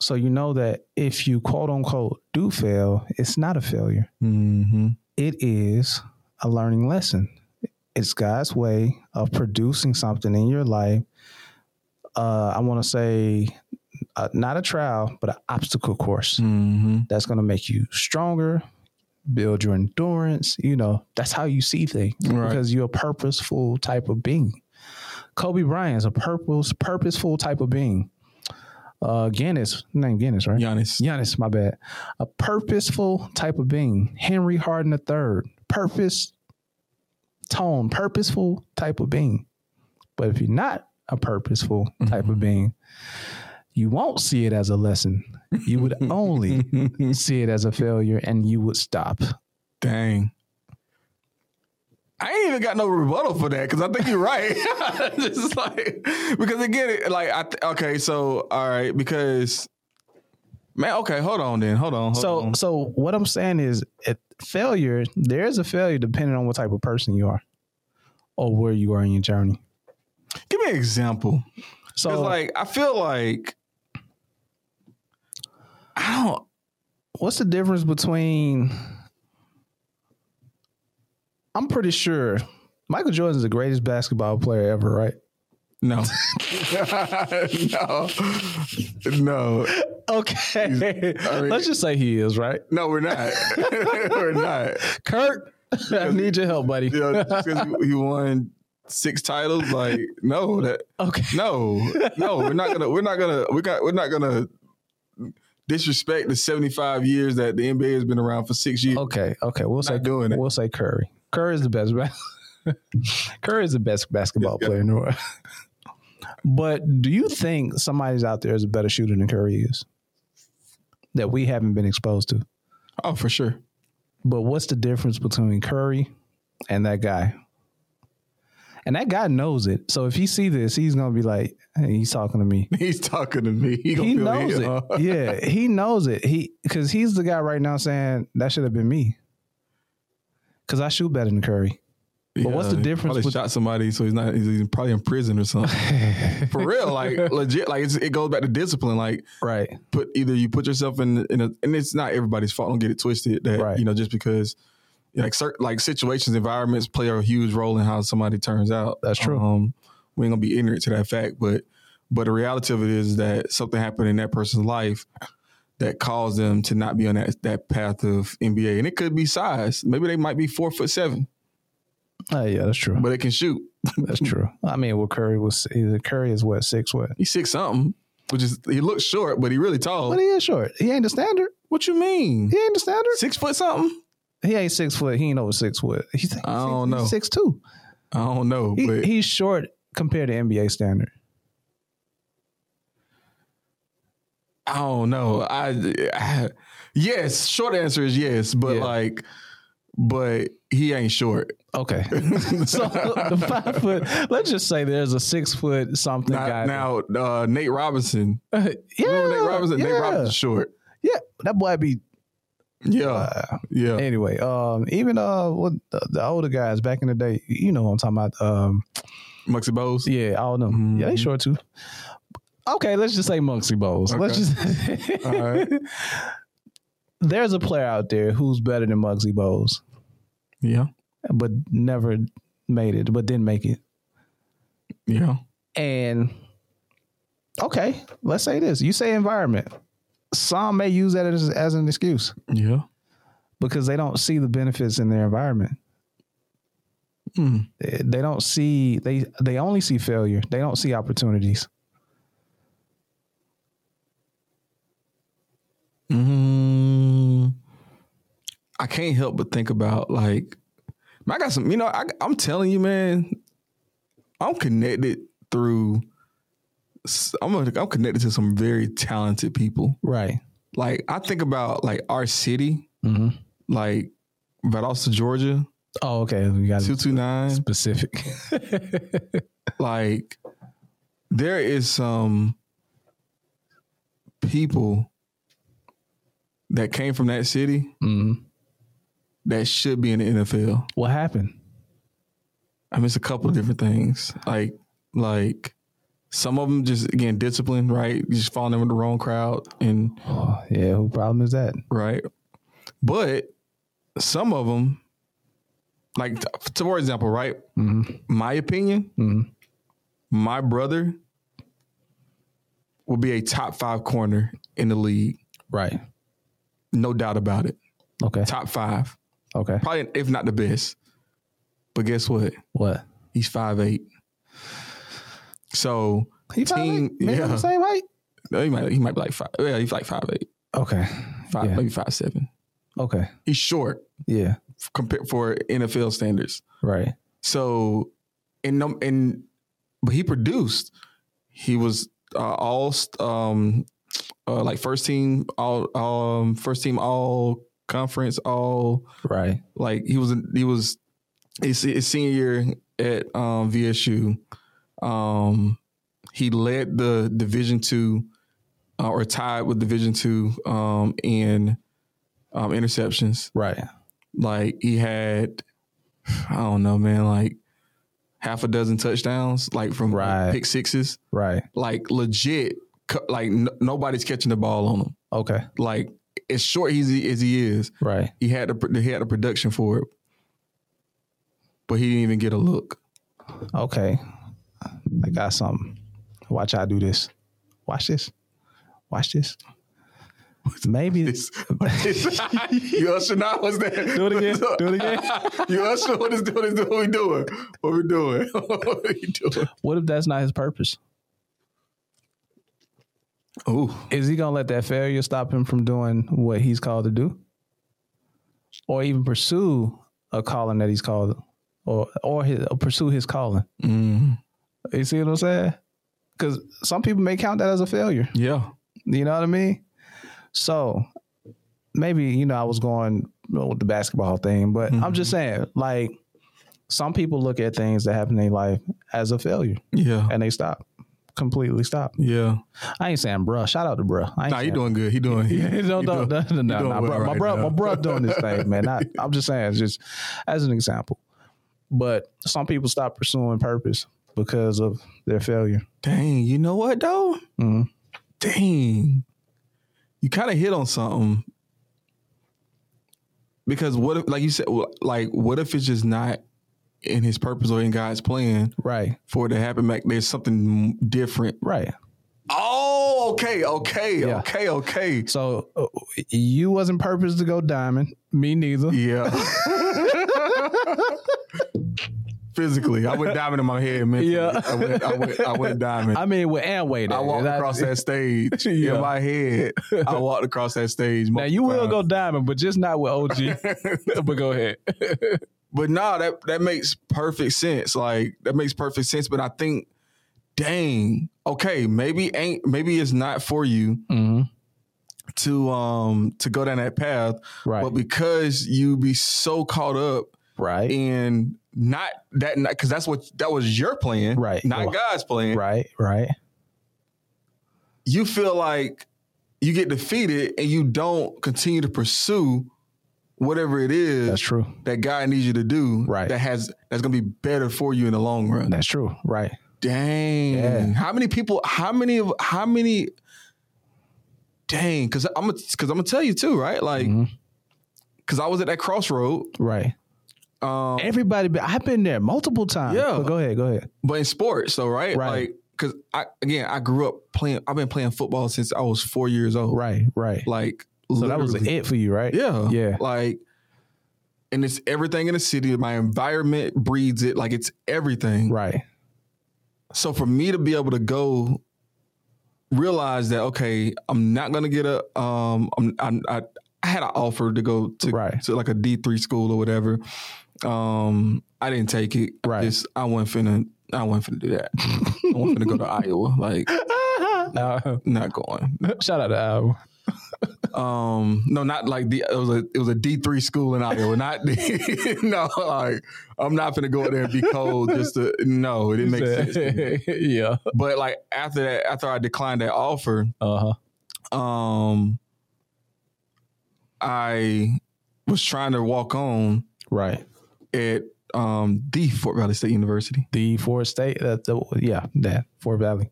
So you know that if you quote unquote do fail, it's not a failure.
Mm-hmm.
It is a learning lesson. It's God's way of producing something in your life. Uh, I want to say uh, not a trial, but an obstacle course
Mm-hmm.
that's going to make you stronger, build your endurance. You know, that's how you see things
Right.
because you're a purposeful type of being. Kobe Bryant's a purpose, purposeful type of being. Uh, Guinness, name Guinness, right?
Giannis.
Giannis, my bad. A purposeful type of being. Henry Harden III, purpose, tone, purposeful type of being. But if you're not a purposeful type of being, you won't see it as a lesson. You would only see it as a failure and you would stop.
Dang. I ain't even got no rebuttal for that because I think you're right. Just like because again, it- like I th- okay, so all right, because man, okay, hold on then, hold on, hold
so
on.
so what I'm saying is it, failure, there is a failure depending on what type of person you are or where you are in your journey.
give me an example.
So
Because like I feel like I don't.
what's the difference between I'm pretty sure Michael Jordan is the greatest basketball player ever, right?
No. no. No.
Okay.
mean-
Let's just say he is, right?
No, we're not. we're not.
Kurt, I need your help, buddy.
You know, just 'cause he won six titles, like no, that
Okay.
no, no, we're not gonna, we're not gonna, we got, we're not gonna disrespect the seventy-five years that the NBA has been around for six years.
Okay, okay. We'll say
doing it.
We'll say Curry. Curry is the best. ba- Curry is the best basketball player in the world. But do you think somebody's out there is a better shooter than Curry is? That we haven't been exposed to.
Oh, for sure.
But what's the difference between Curry and that guy? And that guy knows it. So if he see this, he's gonna be like, hey, he's talking to me.
He's talking to me. He, gonna
He
feel
knows
me, Uh-huh.
it.
huh?
Yeah, he knows it. He because he's the guy right now saying that should have been me. Cause I shoot better than Curry. But what's the
he
difference
Probably
with-
shot somebody, so he's not. He's probably in prison or something. For real, like legit, like it's, it goes back to discipline. Like
Right.
put either you put yourself in in a, and it's not everybody's fault. Don't get it twisted. That
Right.
you know just because like certain like situations, environments play a huge role in how somebody turns out.
That's true.
Um, we ain't gonna be ignorant to that fact, but but the reality of it is that something happened in that person's life that caused them to not be on that that path of NBA, and it could be size. Maybe they might be four foot seven,
Oh yeah, that's true.
but they can shoot.
That's true. I mean, well, Curry was Curry is what six what?
He's six something. Which is he looks short, but he really tall.
But he is short. He ain't the standard.
What you mean?
He ain't the standard.
Six foot something?
He ain't six foot. He ain't over six foot. He's, he's
I don't
six,
know.
He's six two.
I don't know,
He,
but
he's short compared to NBA standard.
I don't know. Oh, I, I- yes, short answer is yes, but
Yeah.
like, but he ain't short.
Okay. so the five foot. Let's just say there's a six foot something
Now,
guy.
now uh, Nate Robinson.
yeah,
Remember Nate Robinson?
yeah,
Nate Robinson's short.
yeah. That boy be
Yeah,
Uh,
yeah.
anyway, um, even uh, what the, the older guys back in the day, you know what I'm talking about. Um,
Muxie Bowes.
yeah, all of them. Yeah, they
Mhm.
short too. Okay, let's just say Munksy Bowles. Let's just.
All right.
There's a player out there who's better than Muggsy Bowles,
Yeah,
but never made it, but didn't make it.
yeah.
And okay, let's say this: you say environment. Some may use that as, as an excuse
Yeah.
because they don't see the benefits in their environment.
Mm.
they they don't see they they only see failure. They don't see opportunities.
Mm. I can't help but think about like, man, I got some. You know, I, I'm telling you, man, I'm connected through. s- I'm a, I'm connected to some very talented people.
Right.
Like I think about like our city,
Mm-hmm.
like Valdosta, Georgia,
Oh, okay. We got
two two nine.
specific.
Like there is some people that came from that city
Mhm.
that should be in the NFL.
What happened?
I mean, it's a couple of different things. Like, like some of them just again discipline, right? You just falling in with the wrong crowd, and
Oh, yeah. Who problem is that?
right. But some of them, like t- t- for example, right? My opinion,
Mhm.
my brother will be a top five corner in the league,
Right.
no doubt about it.
Okay.
Top five,
Okay.
probably if not the best. But guess what?
What?
He's five eight. So
He probably
Team-
maybe
yeah.
the same height.
No, he might he might be like five. Yeah, he's like five eight,
Okay.
five
Yeah.
maybe five seven.
Okay.
He's short
Yeah.
compared for NFL standards.
Right.
So, and num- and but he produced. He was uh, all um uh, like first team all um first team all conference all
Right.
like he was he was his, his senior year at um, VSU. Um, he led the Division two uh, or tied with Division two um, in um, interceptions.
Right.
Like he had, I don't know, man, like half a dozen touchdowns, like from
Right.
pick sixes,
Right.
like legit. cu- Like n- nobody's catching the ball on him.
Okay.
Like as short as he, as he is,
Right.
he had the he had the production for it, but he didn't even get a look.
Okay. I got something. Watch I do this. Watch this. Watch this. Maybe
you usher now? What's that?
Do it again. Do it again.
You usher? What is doing? Is what we doing? What we doing? what we doing?
What if that's not his purpose?
Oh,
Is he gonna let that failure stop him from doing what he's called to do, or even pursue a calling that he's called, or or, his, or pursue his calling?
mm,
You see what I'm saying? Because some people may count that as a failure.
yeah.
You know what I mean? So maybe you know I was going you know, with the basketball thing, but I'm just
Mm-hmm.
saying like some people look at things that happen in their life as a failure
Yeah,
and they stop completely stop.
yeah.
I ain't saying bruh. Shout out to bruh. I ain't
Nah, you
saying-
doing good. He doing. He, he
no, no,
doing-
no, no, no,
doing
no,
well
bro. my
right
bro,
now.
my bro, doing this thing, man. Not, I'm just saying, it's just as an example. But some people stop pursuing purpose because of their failure.
Dang, you know what though?
Mhm.
Dang, you kind of hit on something because what if, like you said, wh- like what if it's just not in His purpose or in God's plan
Right,
for it to happen? Like there's something m- different.
right.
Oh, okay, okay,
Yeah.
okay, okay.
So uh, you wasn't purpose to go diamond. Me neither.
Yeah. physically. I went diving in my head, man.
Yeah.
I went, I went, I went diving.
I mean, with Amway,
I
though,
walked
that-
across that stage
Yeah.
in my head. I walked across that stage.
Now you will
multiple
go diamond, but just not with OG.
times.
but go ahead.
but nah, that that makes perfect sense. Like that makes perfect sense. But I think, dang, okay, maybe ain't maybe it's not for you
Mm-hmm.
to um to go down that path.
Right.
But because you be so caught up
right.
in not that because that's what that was your plan,
Right.
Not God's plan.
right. Right.
You feel like you get defeated and you don't continue to pursue whatever it is
That's true.
that God needs you to do.
Right.
That has that's gonna be better for you in the long run.
That's true. Right.
Dang.
Yeah.
How many people, how many of how many dang, cause I'm gonna cause I'm gonna tell you too, right? Like
Mhm.
cause I was at that crossroad.
Right.
Um
Everybody, been, I've been there multiple times.
Yeah.
But go ahead. Go ahead.
but in sports though, right?
Right.
Like cause I again I grew up playing I've been playing football since I was four years old.
Right. Right.
Like
so that was
literally.
it for you, right?
Yeah.
Yeah.
Like, and it's everything in the city. My environment breeds it. Like, it's everything.
Right.
So for me to be able to go, realize that okay, I'm not gonna get a. Um, I'm, I'm, I I had an offer to go to
Right.
to like a D three school or whatever. Um, I didn't take it. I
Right.
just- I wasn't finna. I wasn't finna do that. I wasn't finna go to Iowa. Like,
Now,
not going.
Uh, shout out to Al.
Um, no, not like the it was a it was a D three school in Iowa. Not the, no, like I'm not gonna go out there and be cold just to no. It didn't make sense. to me.
yeah.
But like after that, after I declined that offer,
Uh huh.
um, I was trying to walk on
Right.
at um the Fort Valley State University.
The Forest State. That. The, yeah. That Fort Valley.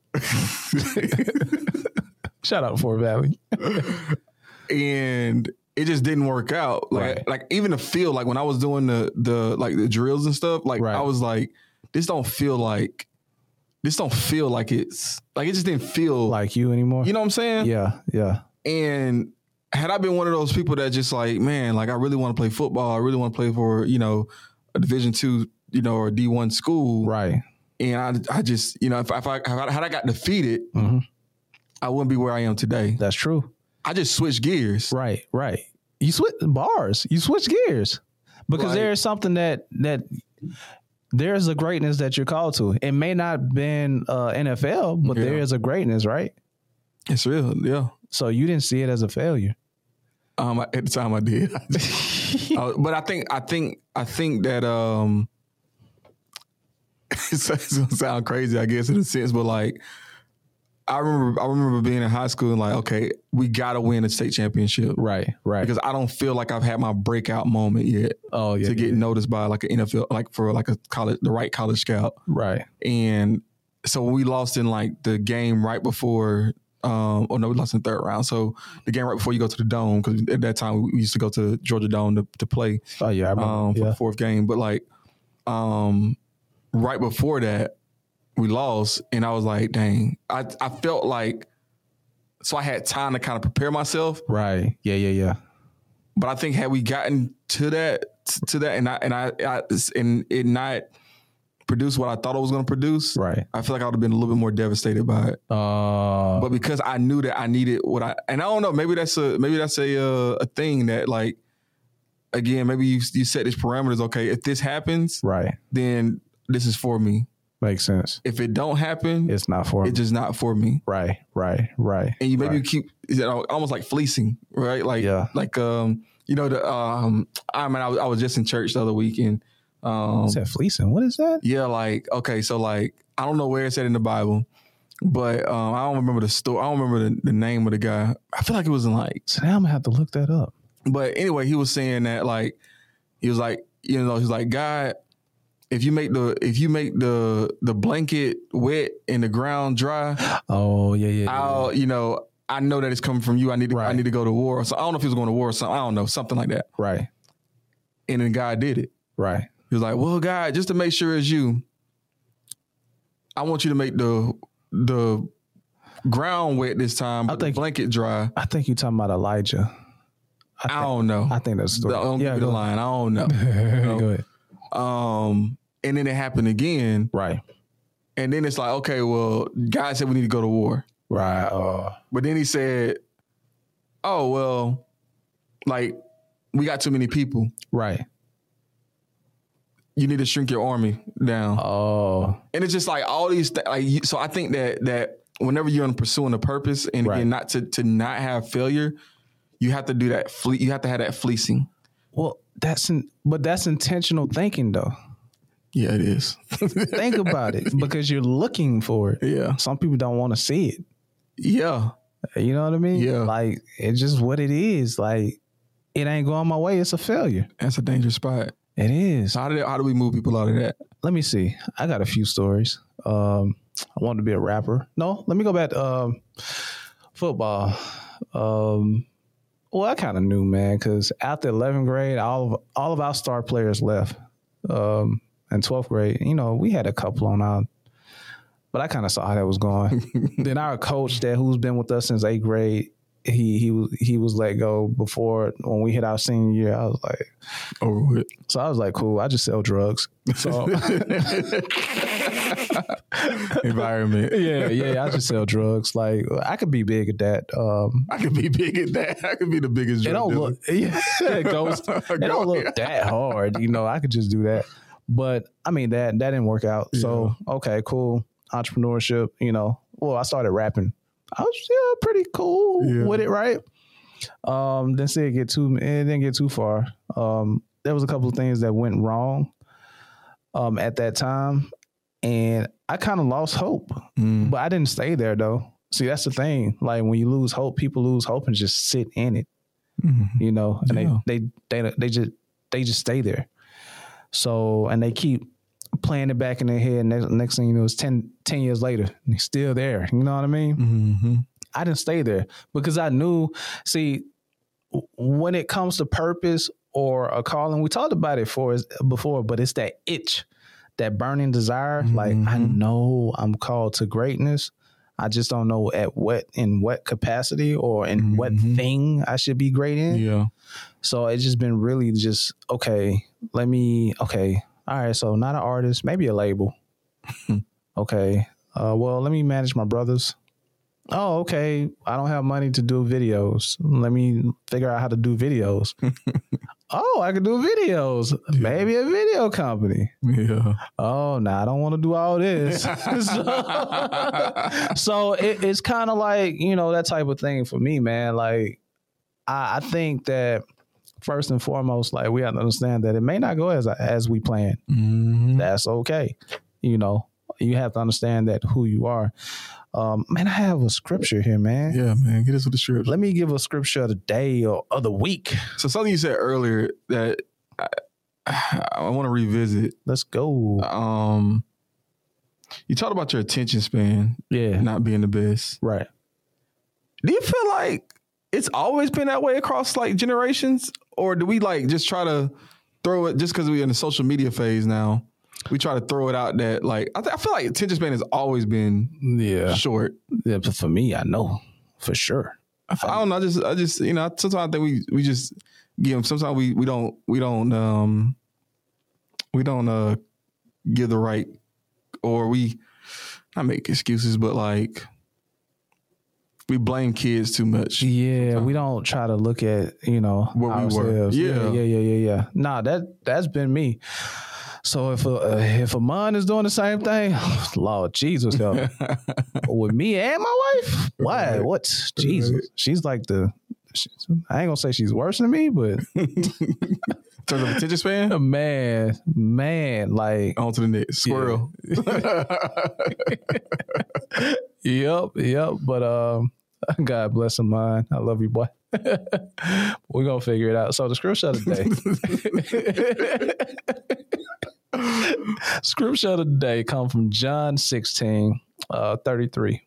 Shout out Fort Valley.
and it just didn't work out. Like
Right.
like even the feel like when I was doing the the like the drills and stuff, like
Right.
I was like, this don't feel like this don't feel like it's like it just didn't feel like
Like you anymore?
you know what I'm saying?
Yeah. Yeah.
And had I been one of those people that just like, man, like I really want to play football, I really want to play for, you know, a division two, you know, or D one school.
Right.
And I I just, you know, if, I- if I if I had I got defeated,
hmm
I wouldn't be where I am today.
That's true.
I just switched gears.
Right, right. You switch bars. You switch gears because
Right.
there is something that that there is a greatness that you're called to. It may not been uh, NFL, but
Yeah.
there is a greatness, right?
It's real, yeah.
So you didn't see it as a failure.
Um, at the time I did, Uh, but I think I think I think that um, it's, it's gonna sound crazy, I guess, in a sense, but like I remember I remember being in high school and like, okay, we gotta win a state championship
Right, right.
because I don't feel like I've had my breakout moment yet
oh yeah,
to get
yeah.
noticed by like an NFL, like for like a college, the right college scout,
right.
and so we lost in like the game right before. Um, oh no, we lost in the third round. So the game right before you go to the dome, because at that time we used to go to Georgia Dome to, to play
Oh yeah, I remember.
um, for
yeah.
the fourth game. But like, um, right before that, we lost, and I was like, dang, I I felt like so I had time to kind of prepare myself.
Right. Yeah, yeah, yeah.
But I think had we gotten to that to that, and I and I, I and it not produced what I thought it was going to produce.
Right.
I feel like I would have been a little bit more devastated by it,
Uh
but because I knew that I needed what I, and I don't know, maybe that's a maybe that's a uh, a thing that like, again, maybe you you set these parameters. Okay, if this happens,
right.
then this is for me.
Makes sense.
If it don't happen, it's
It's not for me.
just not for me.
right, right, right.
And you maybe
Right.
you keep you know, almost like fleecing, right? Like
Yeah.
like um you know the um I mean I was, I was just in church the other weekend. Um
Is that fleecing? What is that?
yeah, like okay, so like I don't know where it's at in the Bible, but um I don't remember the story. I don't remember the, the name of the guy. I feel like it was in like
So now I'm gonna have to look that up.
But anyway, he was saying that like he was like, you know, he's like, God, if you make the if you make the the blanket wet and the ground dry,
Oh yeah, yeah. yeah,
I'll you know, I know that it's coming from you. I need to I
Right.
need to go to war. So I don't know if he was going to war or something. I don't know, something like that.
yeah. Right,
And then God did it.
right.
He was like, Well, God, just to make sure it's you, I want you to make the the ground wet this time, but the
think-
blanket dry.
I think you're talking about Elijah.
I, don't know. um,
I think that's the story.
don't give me
go
um, the line. I don't know.
ahead. Go ahead.
Um, and then it happened again,
Right.
and then it's like, okay, well, God said we need to go to war,
Right. Uh,
but then he said, oh well, like we got too many people.
right.
You need to shrink your army down.
Oh.
and it's just like all these th- like you- so i think that that whenever you're in pursuing a purpose and
Right.
again not to to not have failure you have to do that fle- you have to have that fleecing
Well, that's in, but that's intentional thinking though.
yeah it is
Think about it because you're looking for it.
yeah
Some people don't want to see it.
yeah
You know what I mean?
Yeah.
Like it's just what it is. Like it ain't going my way. It's a failure.
that's a dangerous spot
It is.
so how do how do we move people out of that
Let me see. I got a few stories. Um, I wanted to be a rapper. No, let me go back. to, Um, football. Um, well, I kind of knew, man, because after 11th grade, all of all of our star players left. Um, in 12th grade, you know, we had a couple on our, but I kind of saw how that was going. then our coach, that who's been with us since eighth grade, he he was he was let go before when we hit our senior year. I was like,
over with
so I was like, cool. I just sell drugs. So.
environment
yeah, yeah. I just sell drugs. Like I could be big at that. Um,
i could be big at that i could be the biggest
it
drug
don't
dealer.
look. Yeah, it goes. It don't look that hard. You know, I could just do that. But I mean that that didn't work out. So okay, cool. Entrepreneurship. You know, well, I started rapping. I was yeah, pretty cool
Yeah.
with it, right? Um, then see it get too. It didn't get too far. Um, there was a couple of things that went wrong. Um, at that time, and I kind of lost hope.
Mm.
But I didn't stay there though. See, that's the thing. Like when you lose hope, people lose hope and just sit in it,
Mhm.
you know, and
Yeah.
they, they they they just they just stay there. So and they keep playing it back in their head. Next, next thing you know, it's 10, 10 years later, and it's still there. You know what I mean?
Mhm.
I didn't stay there because I knew. See, w- when it comes to purpose or a calling, we talked about it for before, but it's that itch, that burning desire. Like I
Mhm.
know I'm called to greatness. I just don't know at what in what capacity or in what
Mhm.
thing I should be great in.
yeah
So it's just been really just okay. Let me okay. All right. So not an artist, maybe a label. okay. Uh, well, let me manage my brothers. Oh, okay. I don't have money to do videos. Let me figure out how to do videos. oh, I can do videos. Maybe a video company.
yeah
Oh, no, I don't want to do all this. so so it, it's kind of like you know that type of thing for me man like I, I think that first and foremost like we have to understand that it may not go as as we plan
Mhm.
that's okay you know you have to understand that who you are um man i have a scripture here man
yeah man get us with the strips
let me give a scripture of the day or of the week
So something you said earlier that I, I want to revisit.
let's go
Um, you talked about your attention span
yeah
not being the best.
right
Do you feel like it's always been that way across like generations, or do we like just try to throw it just because we're in the social media phase now? We try to throw it out that like I, th- I feel like attention span has always been
yeah.
short.
yeah but for me i know for sure
I, f- I don't know. I just I just you know sometimes I think we we just give them. Sometimes we we don't we don't um we don't uh give the right or we not make excuses, but like we blame kids too much.
Yeah, we don't try to look at you know
Where we were.
ourselves.
Yeah.
yeah, yeah, yeah, yeah, yeah. Nah, that that's been me. So if a uh, if a man is doing the same thing, Lord Jesus help me. with me and my wife. Why?
Right.
What? Jesus,
Right.
she's like the. she- I ain't gonna say she's worse than me, but
In terms of attention span,
man, man, like
on to the next squirrel.
Yep, yep. But um, God bless him, mine. I love you, boy. We're gonna figure it out. So the scripture of the day. scripture of the day come from John 16, uh, 33.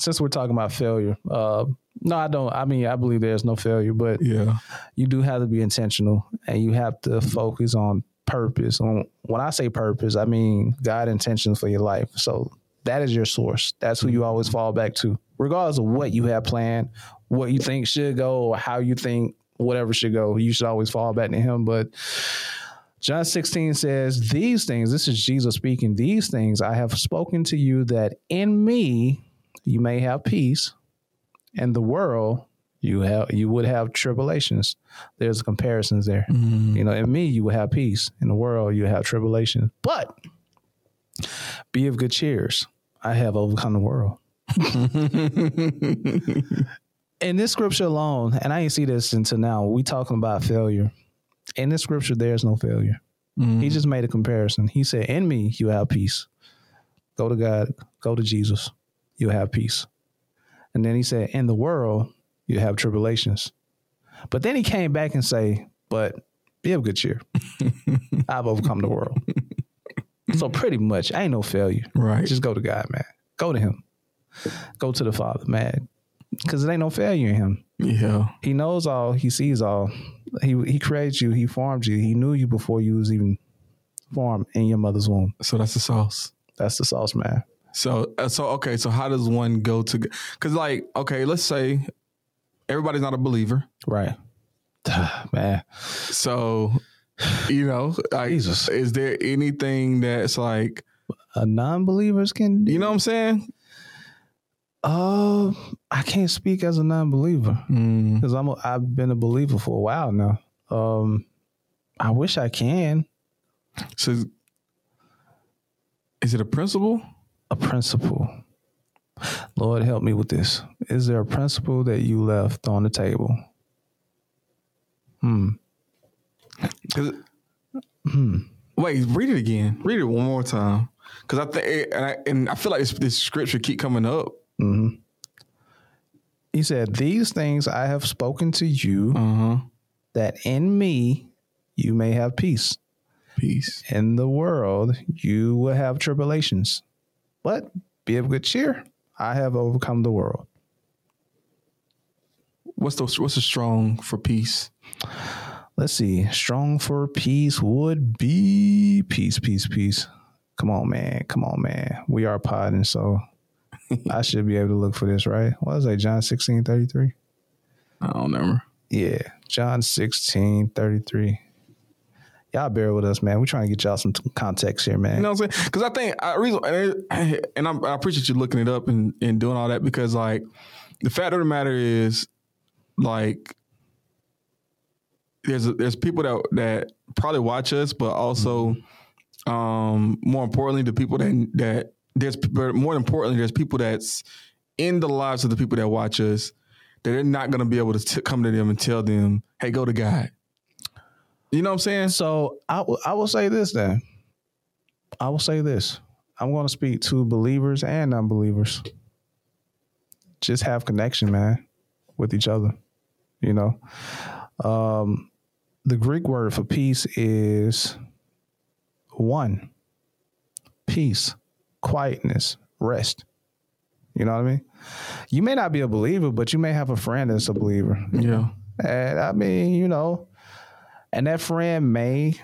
Since we're talking about failure, uh, no, I don't. I mean, I believe there's no failure, but
Yeah,
you do have to be intentional and you have to focus on purpose. And when I say purpose, I mean God intentions for your life. So that is your source. That's who you always fall back to, regardless of what you have planned, what you think should go, or how you think whatever should go. You should always fall back to Him. But John 16 says, These things, this is Jesus speaking, these things I have spoken to you that in me you may have peace, and the world you have you would have tribulations. There's comparisons there. You know, in me you will have peace, in the world you have tribulation. But be of good cheers. I have overcome the world. in this scripture alone, and I ain't see this until now, we talking about failure. In this scripture, there is no failure. He just made a comparison. He said, In me, you have peace. Go to God, go to Jesus, you'll have peace. And then he said, In the world, you have tribulations. But then he came back and say, But be of good cheer. I've overcome the world. So pretty much ain't no failure.
Right.
Just go to God, man. Go to him. Go to the Father, man. Cause it ain't no failure in him.
Yeah.
He knows all. He sees all. He he created you. He formed you. He knew you before you was even formed in your mother's womb.
So that's the sauce.
That's the sauce, man.
So uh, so okay. So how does one go to? Because like okay, let's say everybody's not a believer.
Right, man.
So you know, like,
Jesus.
is there anything that's like
A non-believers can.
you know what I'm saying?
Uh, I can't speak as a non-believer
Mm,
because I'm a, I've been a believer for a while now. Um, I wish I can
so is it a principle?
a principle. Lord, help me with this. Is there a principle that you left on the table? Hmm.
'Cause- Wait, read it again. Hmm. Read it one more time. Because I think, eh, and I, and I feel like this, this scripture keep coming up.
He said, These things I have spoken to you,
Uh huh.
that in me you may have peace.
Peace.
In the world you will have tribulations. But be of good cheer. I have overcome the world.
What's the what's the strong for peace?
Let's see. Strong for peace would be peace, peace, peace. Come on, man. Come on, man. We are podding, so I should be able to look for this, right? What is that? John 16 33?
I don't remember.
Yeah, John 16, 33. Y'all bear with us, man. We're trying to get y'all some t- context here, man.
You know what I'm saying? Because I think I reason, and I- and I'm, I appreciate you looking it up and, and doing all that because like the fact of the matter is, like there's there's people that that probably watch us, but also um more importantly, the people that that there's but more importantly, there's people that's in the lives of the people that watch us that they're not gonna be able to t- come to them and tell them, hey, go to God. You know what I'm saying?
So I, w- I will say this then. I will say this. I'm going to speak to believers and non believers. Just have connection, man, with each other. You know, um, the Greek word for peace is one peace, quietness, rest. You know what I mean? You may not be a believer, but you may have a friend that's a believer.
Yeah.
And I mean, you know, and that friend may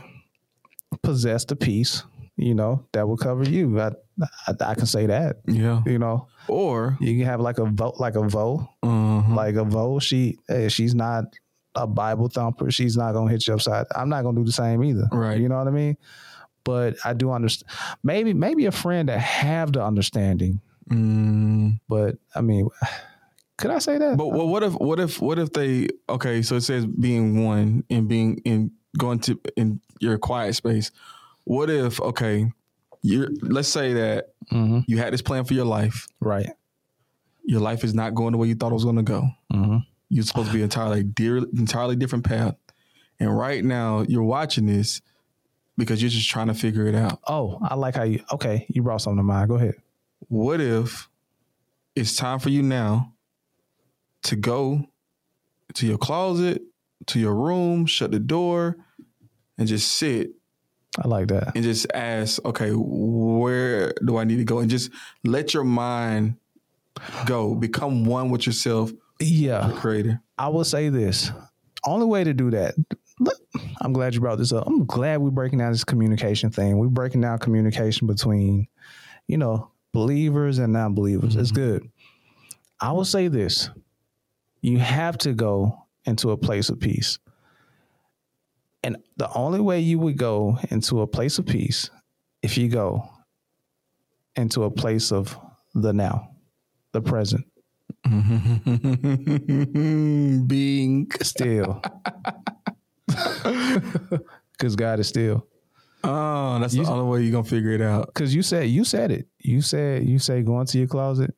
possess the peace, you know, that will cover you. I, I, I can say that,
Yeah.
you know,
Or
you can have like a vote, like a vote,
uh
like a vote. She, hey, she's not a Bible thumper. She's not going to hit you upside. I'm not going to do the same either.
Right.
You know what I mean? But I do understand. Maybe, maybe a friend that have the understanding,
Mm.
but I mean, could I say that?
But well, what if what if what if they okay? So it says being one and being in going to in your quiet space. What if okay? You let's say that
Mhm.
you had this plan for your life.
Right.
Your life is not going the way you thought it was going to go.
Mhm.
You're supposed to be entirely dear, entirely different path. And right now you're watching this because you're just trying to figure it out.
Oh, I like how you, okay, you brought something to mind. Go ahead.
What if it's time for you now to go to your closet, to your room, shut the door, and just sit
I like that.
and just ask, okay, where do I need to go? And just let your mind go, become one with yourself,
Yeah,
creator.
I will say this. Only way to do that. Look, I'm glad you brought this up. I'm glad we're breaking down this communication thing. We're breaking down communication between, you know, believers and non-believers. It's good. I will say this. You have to go into a place of peace. And the only way you would go into a place of peace if you go into a place of the now, the present,
Being
still. Because God is still.
oh, that's the only way you're gonna figure it out.
Because you said you said it. You said you say go into your closet.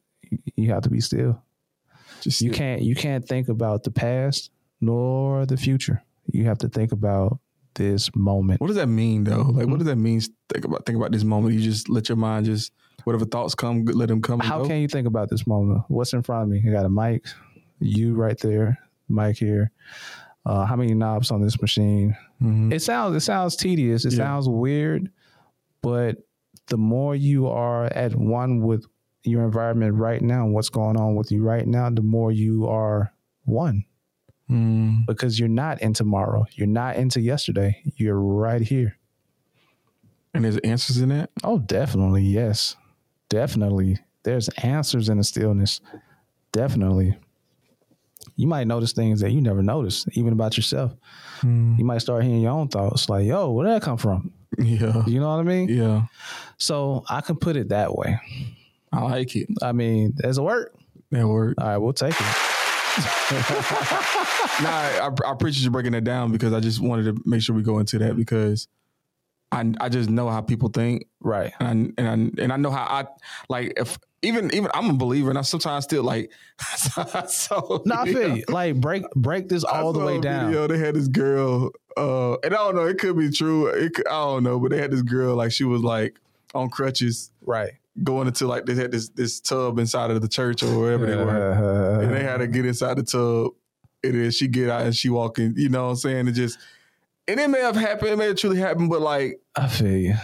You have to be still.
Just
You can't you can't think about the past nor the future. You have to think about this moment.
What does that mean though? Like, what does
Hmm.
that mean? Think about think about this moment. You just let your mind just whatever thoughts come, let them come. and
How
go.
can you think about this moment? What's in front of me? I got a mic, you right there, mic here. Uh, how many knobs on this machine?
Mhm.
It sounds it sounds tedious. It
Yeah.
sounds weird, but the more you are at one with your environment right now and what's going on with you right now, the more you are one
Mm.
because you're not in tomorrow. You're not into yesterday. You're right here.
And there's answers in that.
Oh, definitely. Yes. Definitely. There's answers in the stillness. Definitely. You might notice things that you never noticed, even about yourself. You might start hearing your own thoughts like, yo, where did that come from?
Yeah,
You know what I mean?
yeah.
So I can put it that way.
I like it.
I mean, as a work.
That worked.
All right, we'll take it.
nah, I, I appreciate you breaking that down because I just wanted to make sure we go into that because I I just know how people think
Right.
and I, and I, and I know how I like if even even I'm a believer and I sometimes still like so
No, I feel you. Like break break this
I
all the
saw
way
a
down.
Video, they had this girl, uh, and I don't know. It could be true. It could, I don't know, but they had this girl like she was like on crutches
Right.
going into like they had this this tub inside of the church or wherever they were and they had to get inside the tub. And then she get out and she walking, you know what I'm saying? It just and it may have happened, it may have truly happened, but like
I feel you.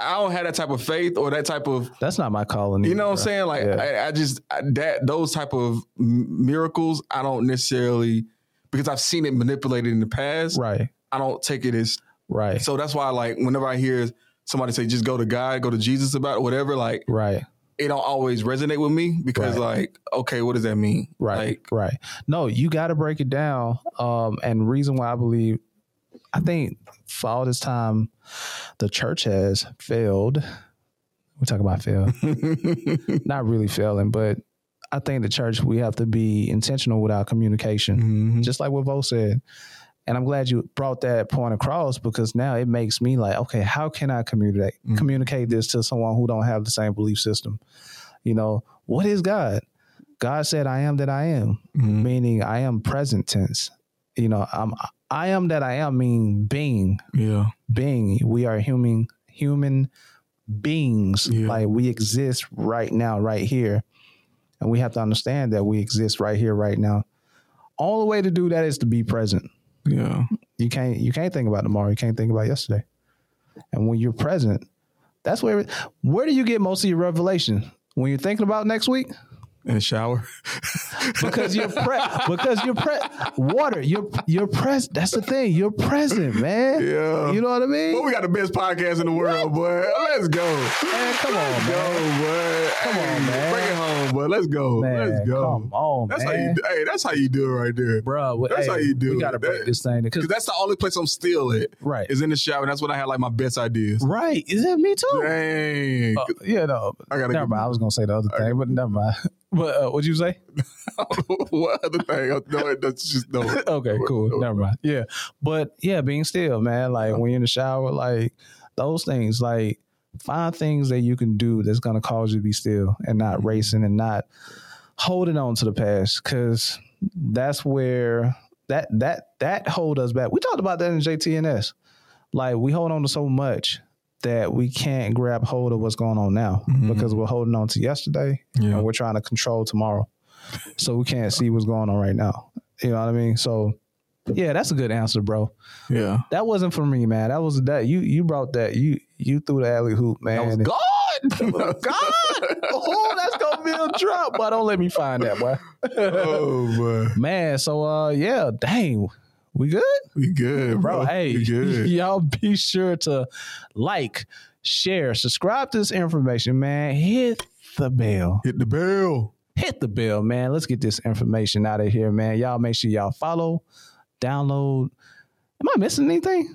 I don't have that type of faith or that type of
That's not my calling.
you know what I'm
either.
saying? Like
Yeah.
I, I just I, that those type of m- miracles, I don't necessarily because I've seen it manipulated in the past.
Right.
I don't take it as
Right.
so that's why like whenever I hear somebody say just go to God, go to Jesus about it, whatever, like
Right.
it don't always resonate with me because
Right.
like okay, what does that mean?
Right,
Like
right. No, you got to break it down. Um, and reason why I believe, I think for all this time, the church has failed. We're talking about fail, Mm-hmm. not really failing, but I think the church we have to be intentional with our communication,
Mhm.
just like what Vo said. And I'm glad you brought that point across because now it makes me like, okay, how can I communicate communicate this to someone who don't have the same belief system? You know, what is God? God said, "I am that I am,"
Mhm.
meaning I am present tense. You know, I'm I am that I am mean being
Yeah.
being. We are human human beings.
Yeah.
Like we exist right now, right here, and we have to understand that we exist right here, right now. Only way to do that is to be present.
Yeah.
You can't you can't think about tomorrow. You can't think about yesterday. And when you're present, that's where where do you get most of your revelation? When you're thinking about next week?
In the shower.
because you're pre- because you're pre- water you're you're pres that's the thing you're present man
Yeah.
you know what I mean
Well, we got the best podcast in the world, boy. Let's go.
man come on
Go,
man
boy. Come
on, man.
Bring it home, boy. Let's go.
Man,
Let's go.
come on
that's how you
man
do, hey, that's how you do it right there.
bro
That's how you do
we gotta
it.
break
That-
this thing
Cause
because
that's the only place I'm still at.
Right.
Is in the shower. And that's when I had like my best ideas.
right is that me too
Dang.
Uh, yeah no
I gotta
never
get-
mind I was gonna say the other thing but never mind but uh, what'd you say
what other thing? No, that's just no.
okay, cool. Never mind. Yeah. But yeah, being still, man, like when you're in the shower, like those things, like find things that you can do that's going to cause you to be still and not racing and not holding on to the past because that's where that, that, that hold us back. We talked about that in JTNS. Like we hold on to so much that we can't grab hold of what's going on now because we're holding on to yesterday
Yeah.
and we're trying to control tomorrow so we can't see what's going on right now. You know what I mean? So yeah, that's a good answer, bro.
Yeah.
That wasn't for me, man. That was that you you brought that you you threw the alley hoop, man.
That was
And-
God.
God, oh, that's gonna be a drop, but don't let me find that, boy.
oh boy.
Man, so uh, yeah, dang, we good,
We good, bro.
bro. hey,
We good.
y'all be sure to like, share, subscribe to this information, man. Hit the bell.
Hit the bell.
hit the bell, man. Let's get this information out of here, man. Y'all make sure y'all follow, download, Am I missing anything?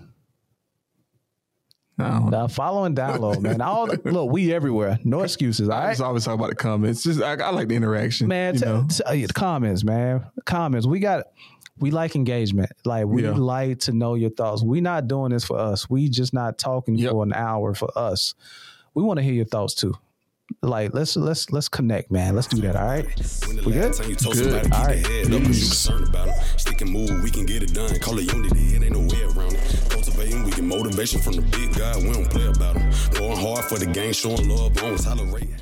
I don't know.
The follow and download, man. All look, we everywhere. No excuses. All
I
right,
just always talk about the comments. Just I, I like the interaction.
man.
you
t-
know.
t- uh, yeah, comments, man. Comments. We got. We like engagement. Like we
Yeah.
like to know your thoughts. we not doing this for us. We just not talking
Yep.
for an hour for us. We want to hear your thoughts too. Like let's let's let's connect, man. Let's do that. All right.
When the
We
last
good?
time you told
Good.
somebody to
All
keep
right.
their head up, 'cause you concerned about 'em. Stick and move, we can get it done. Call it unity, it ain't no way around it. Cultivating, we get motivation from the big guy, we don't play about 'em. Going hard for the game, showing love, won't tolerate.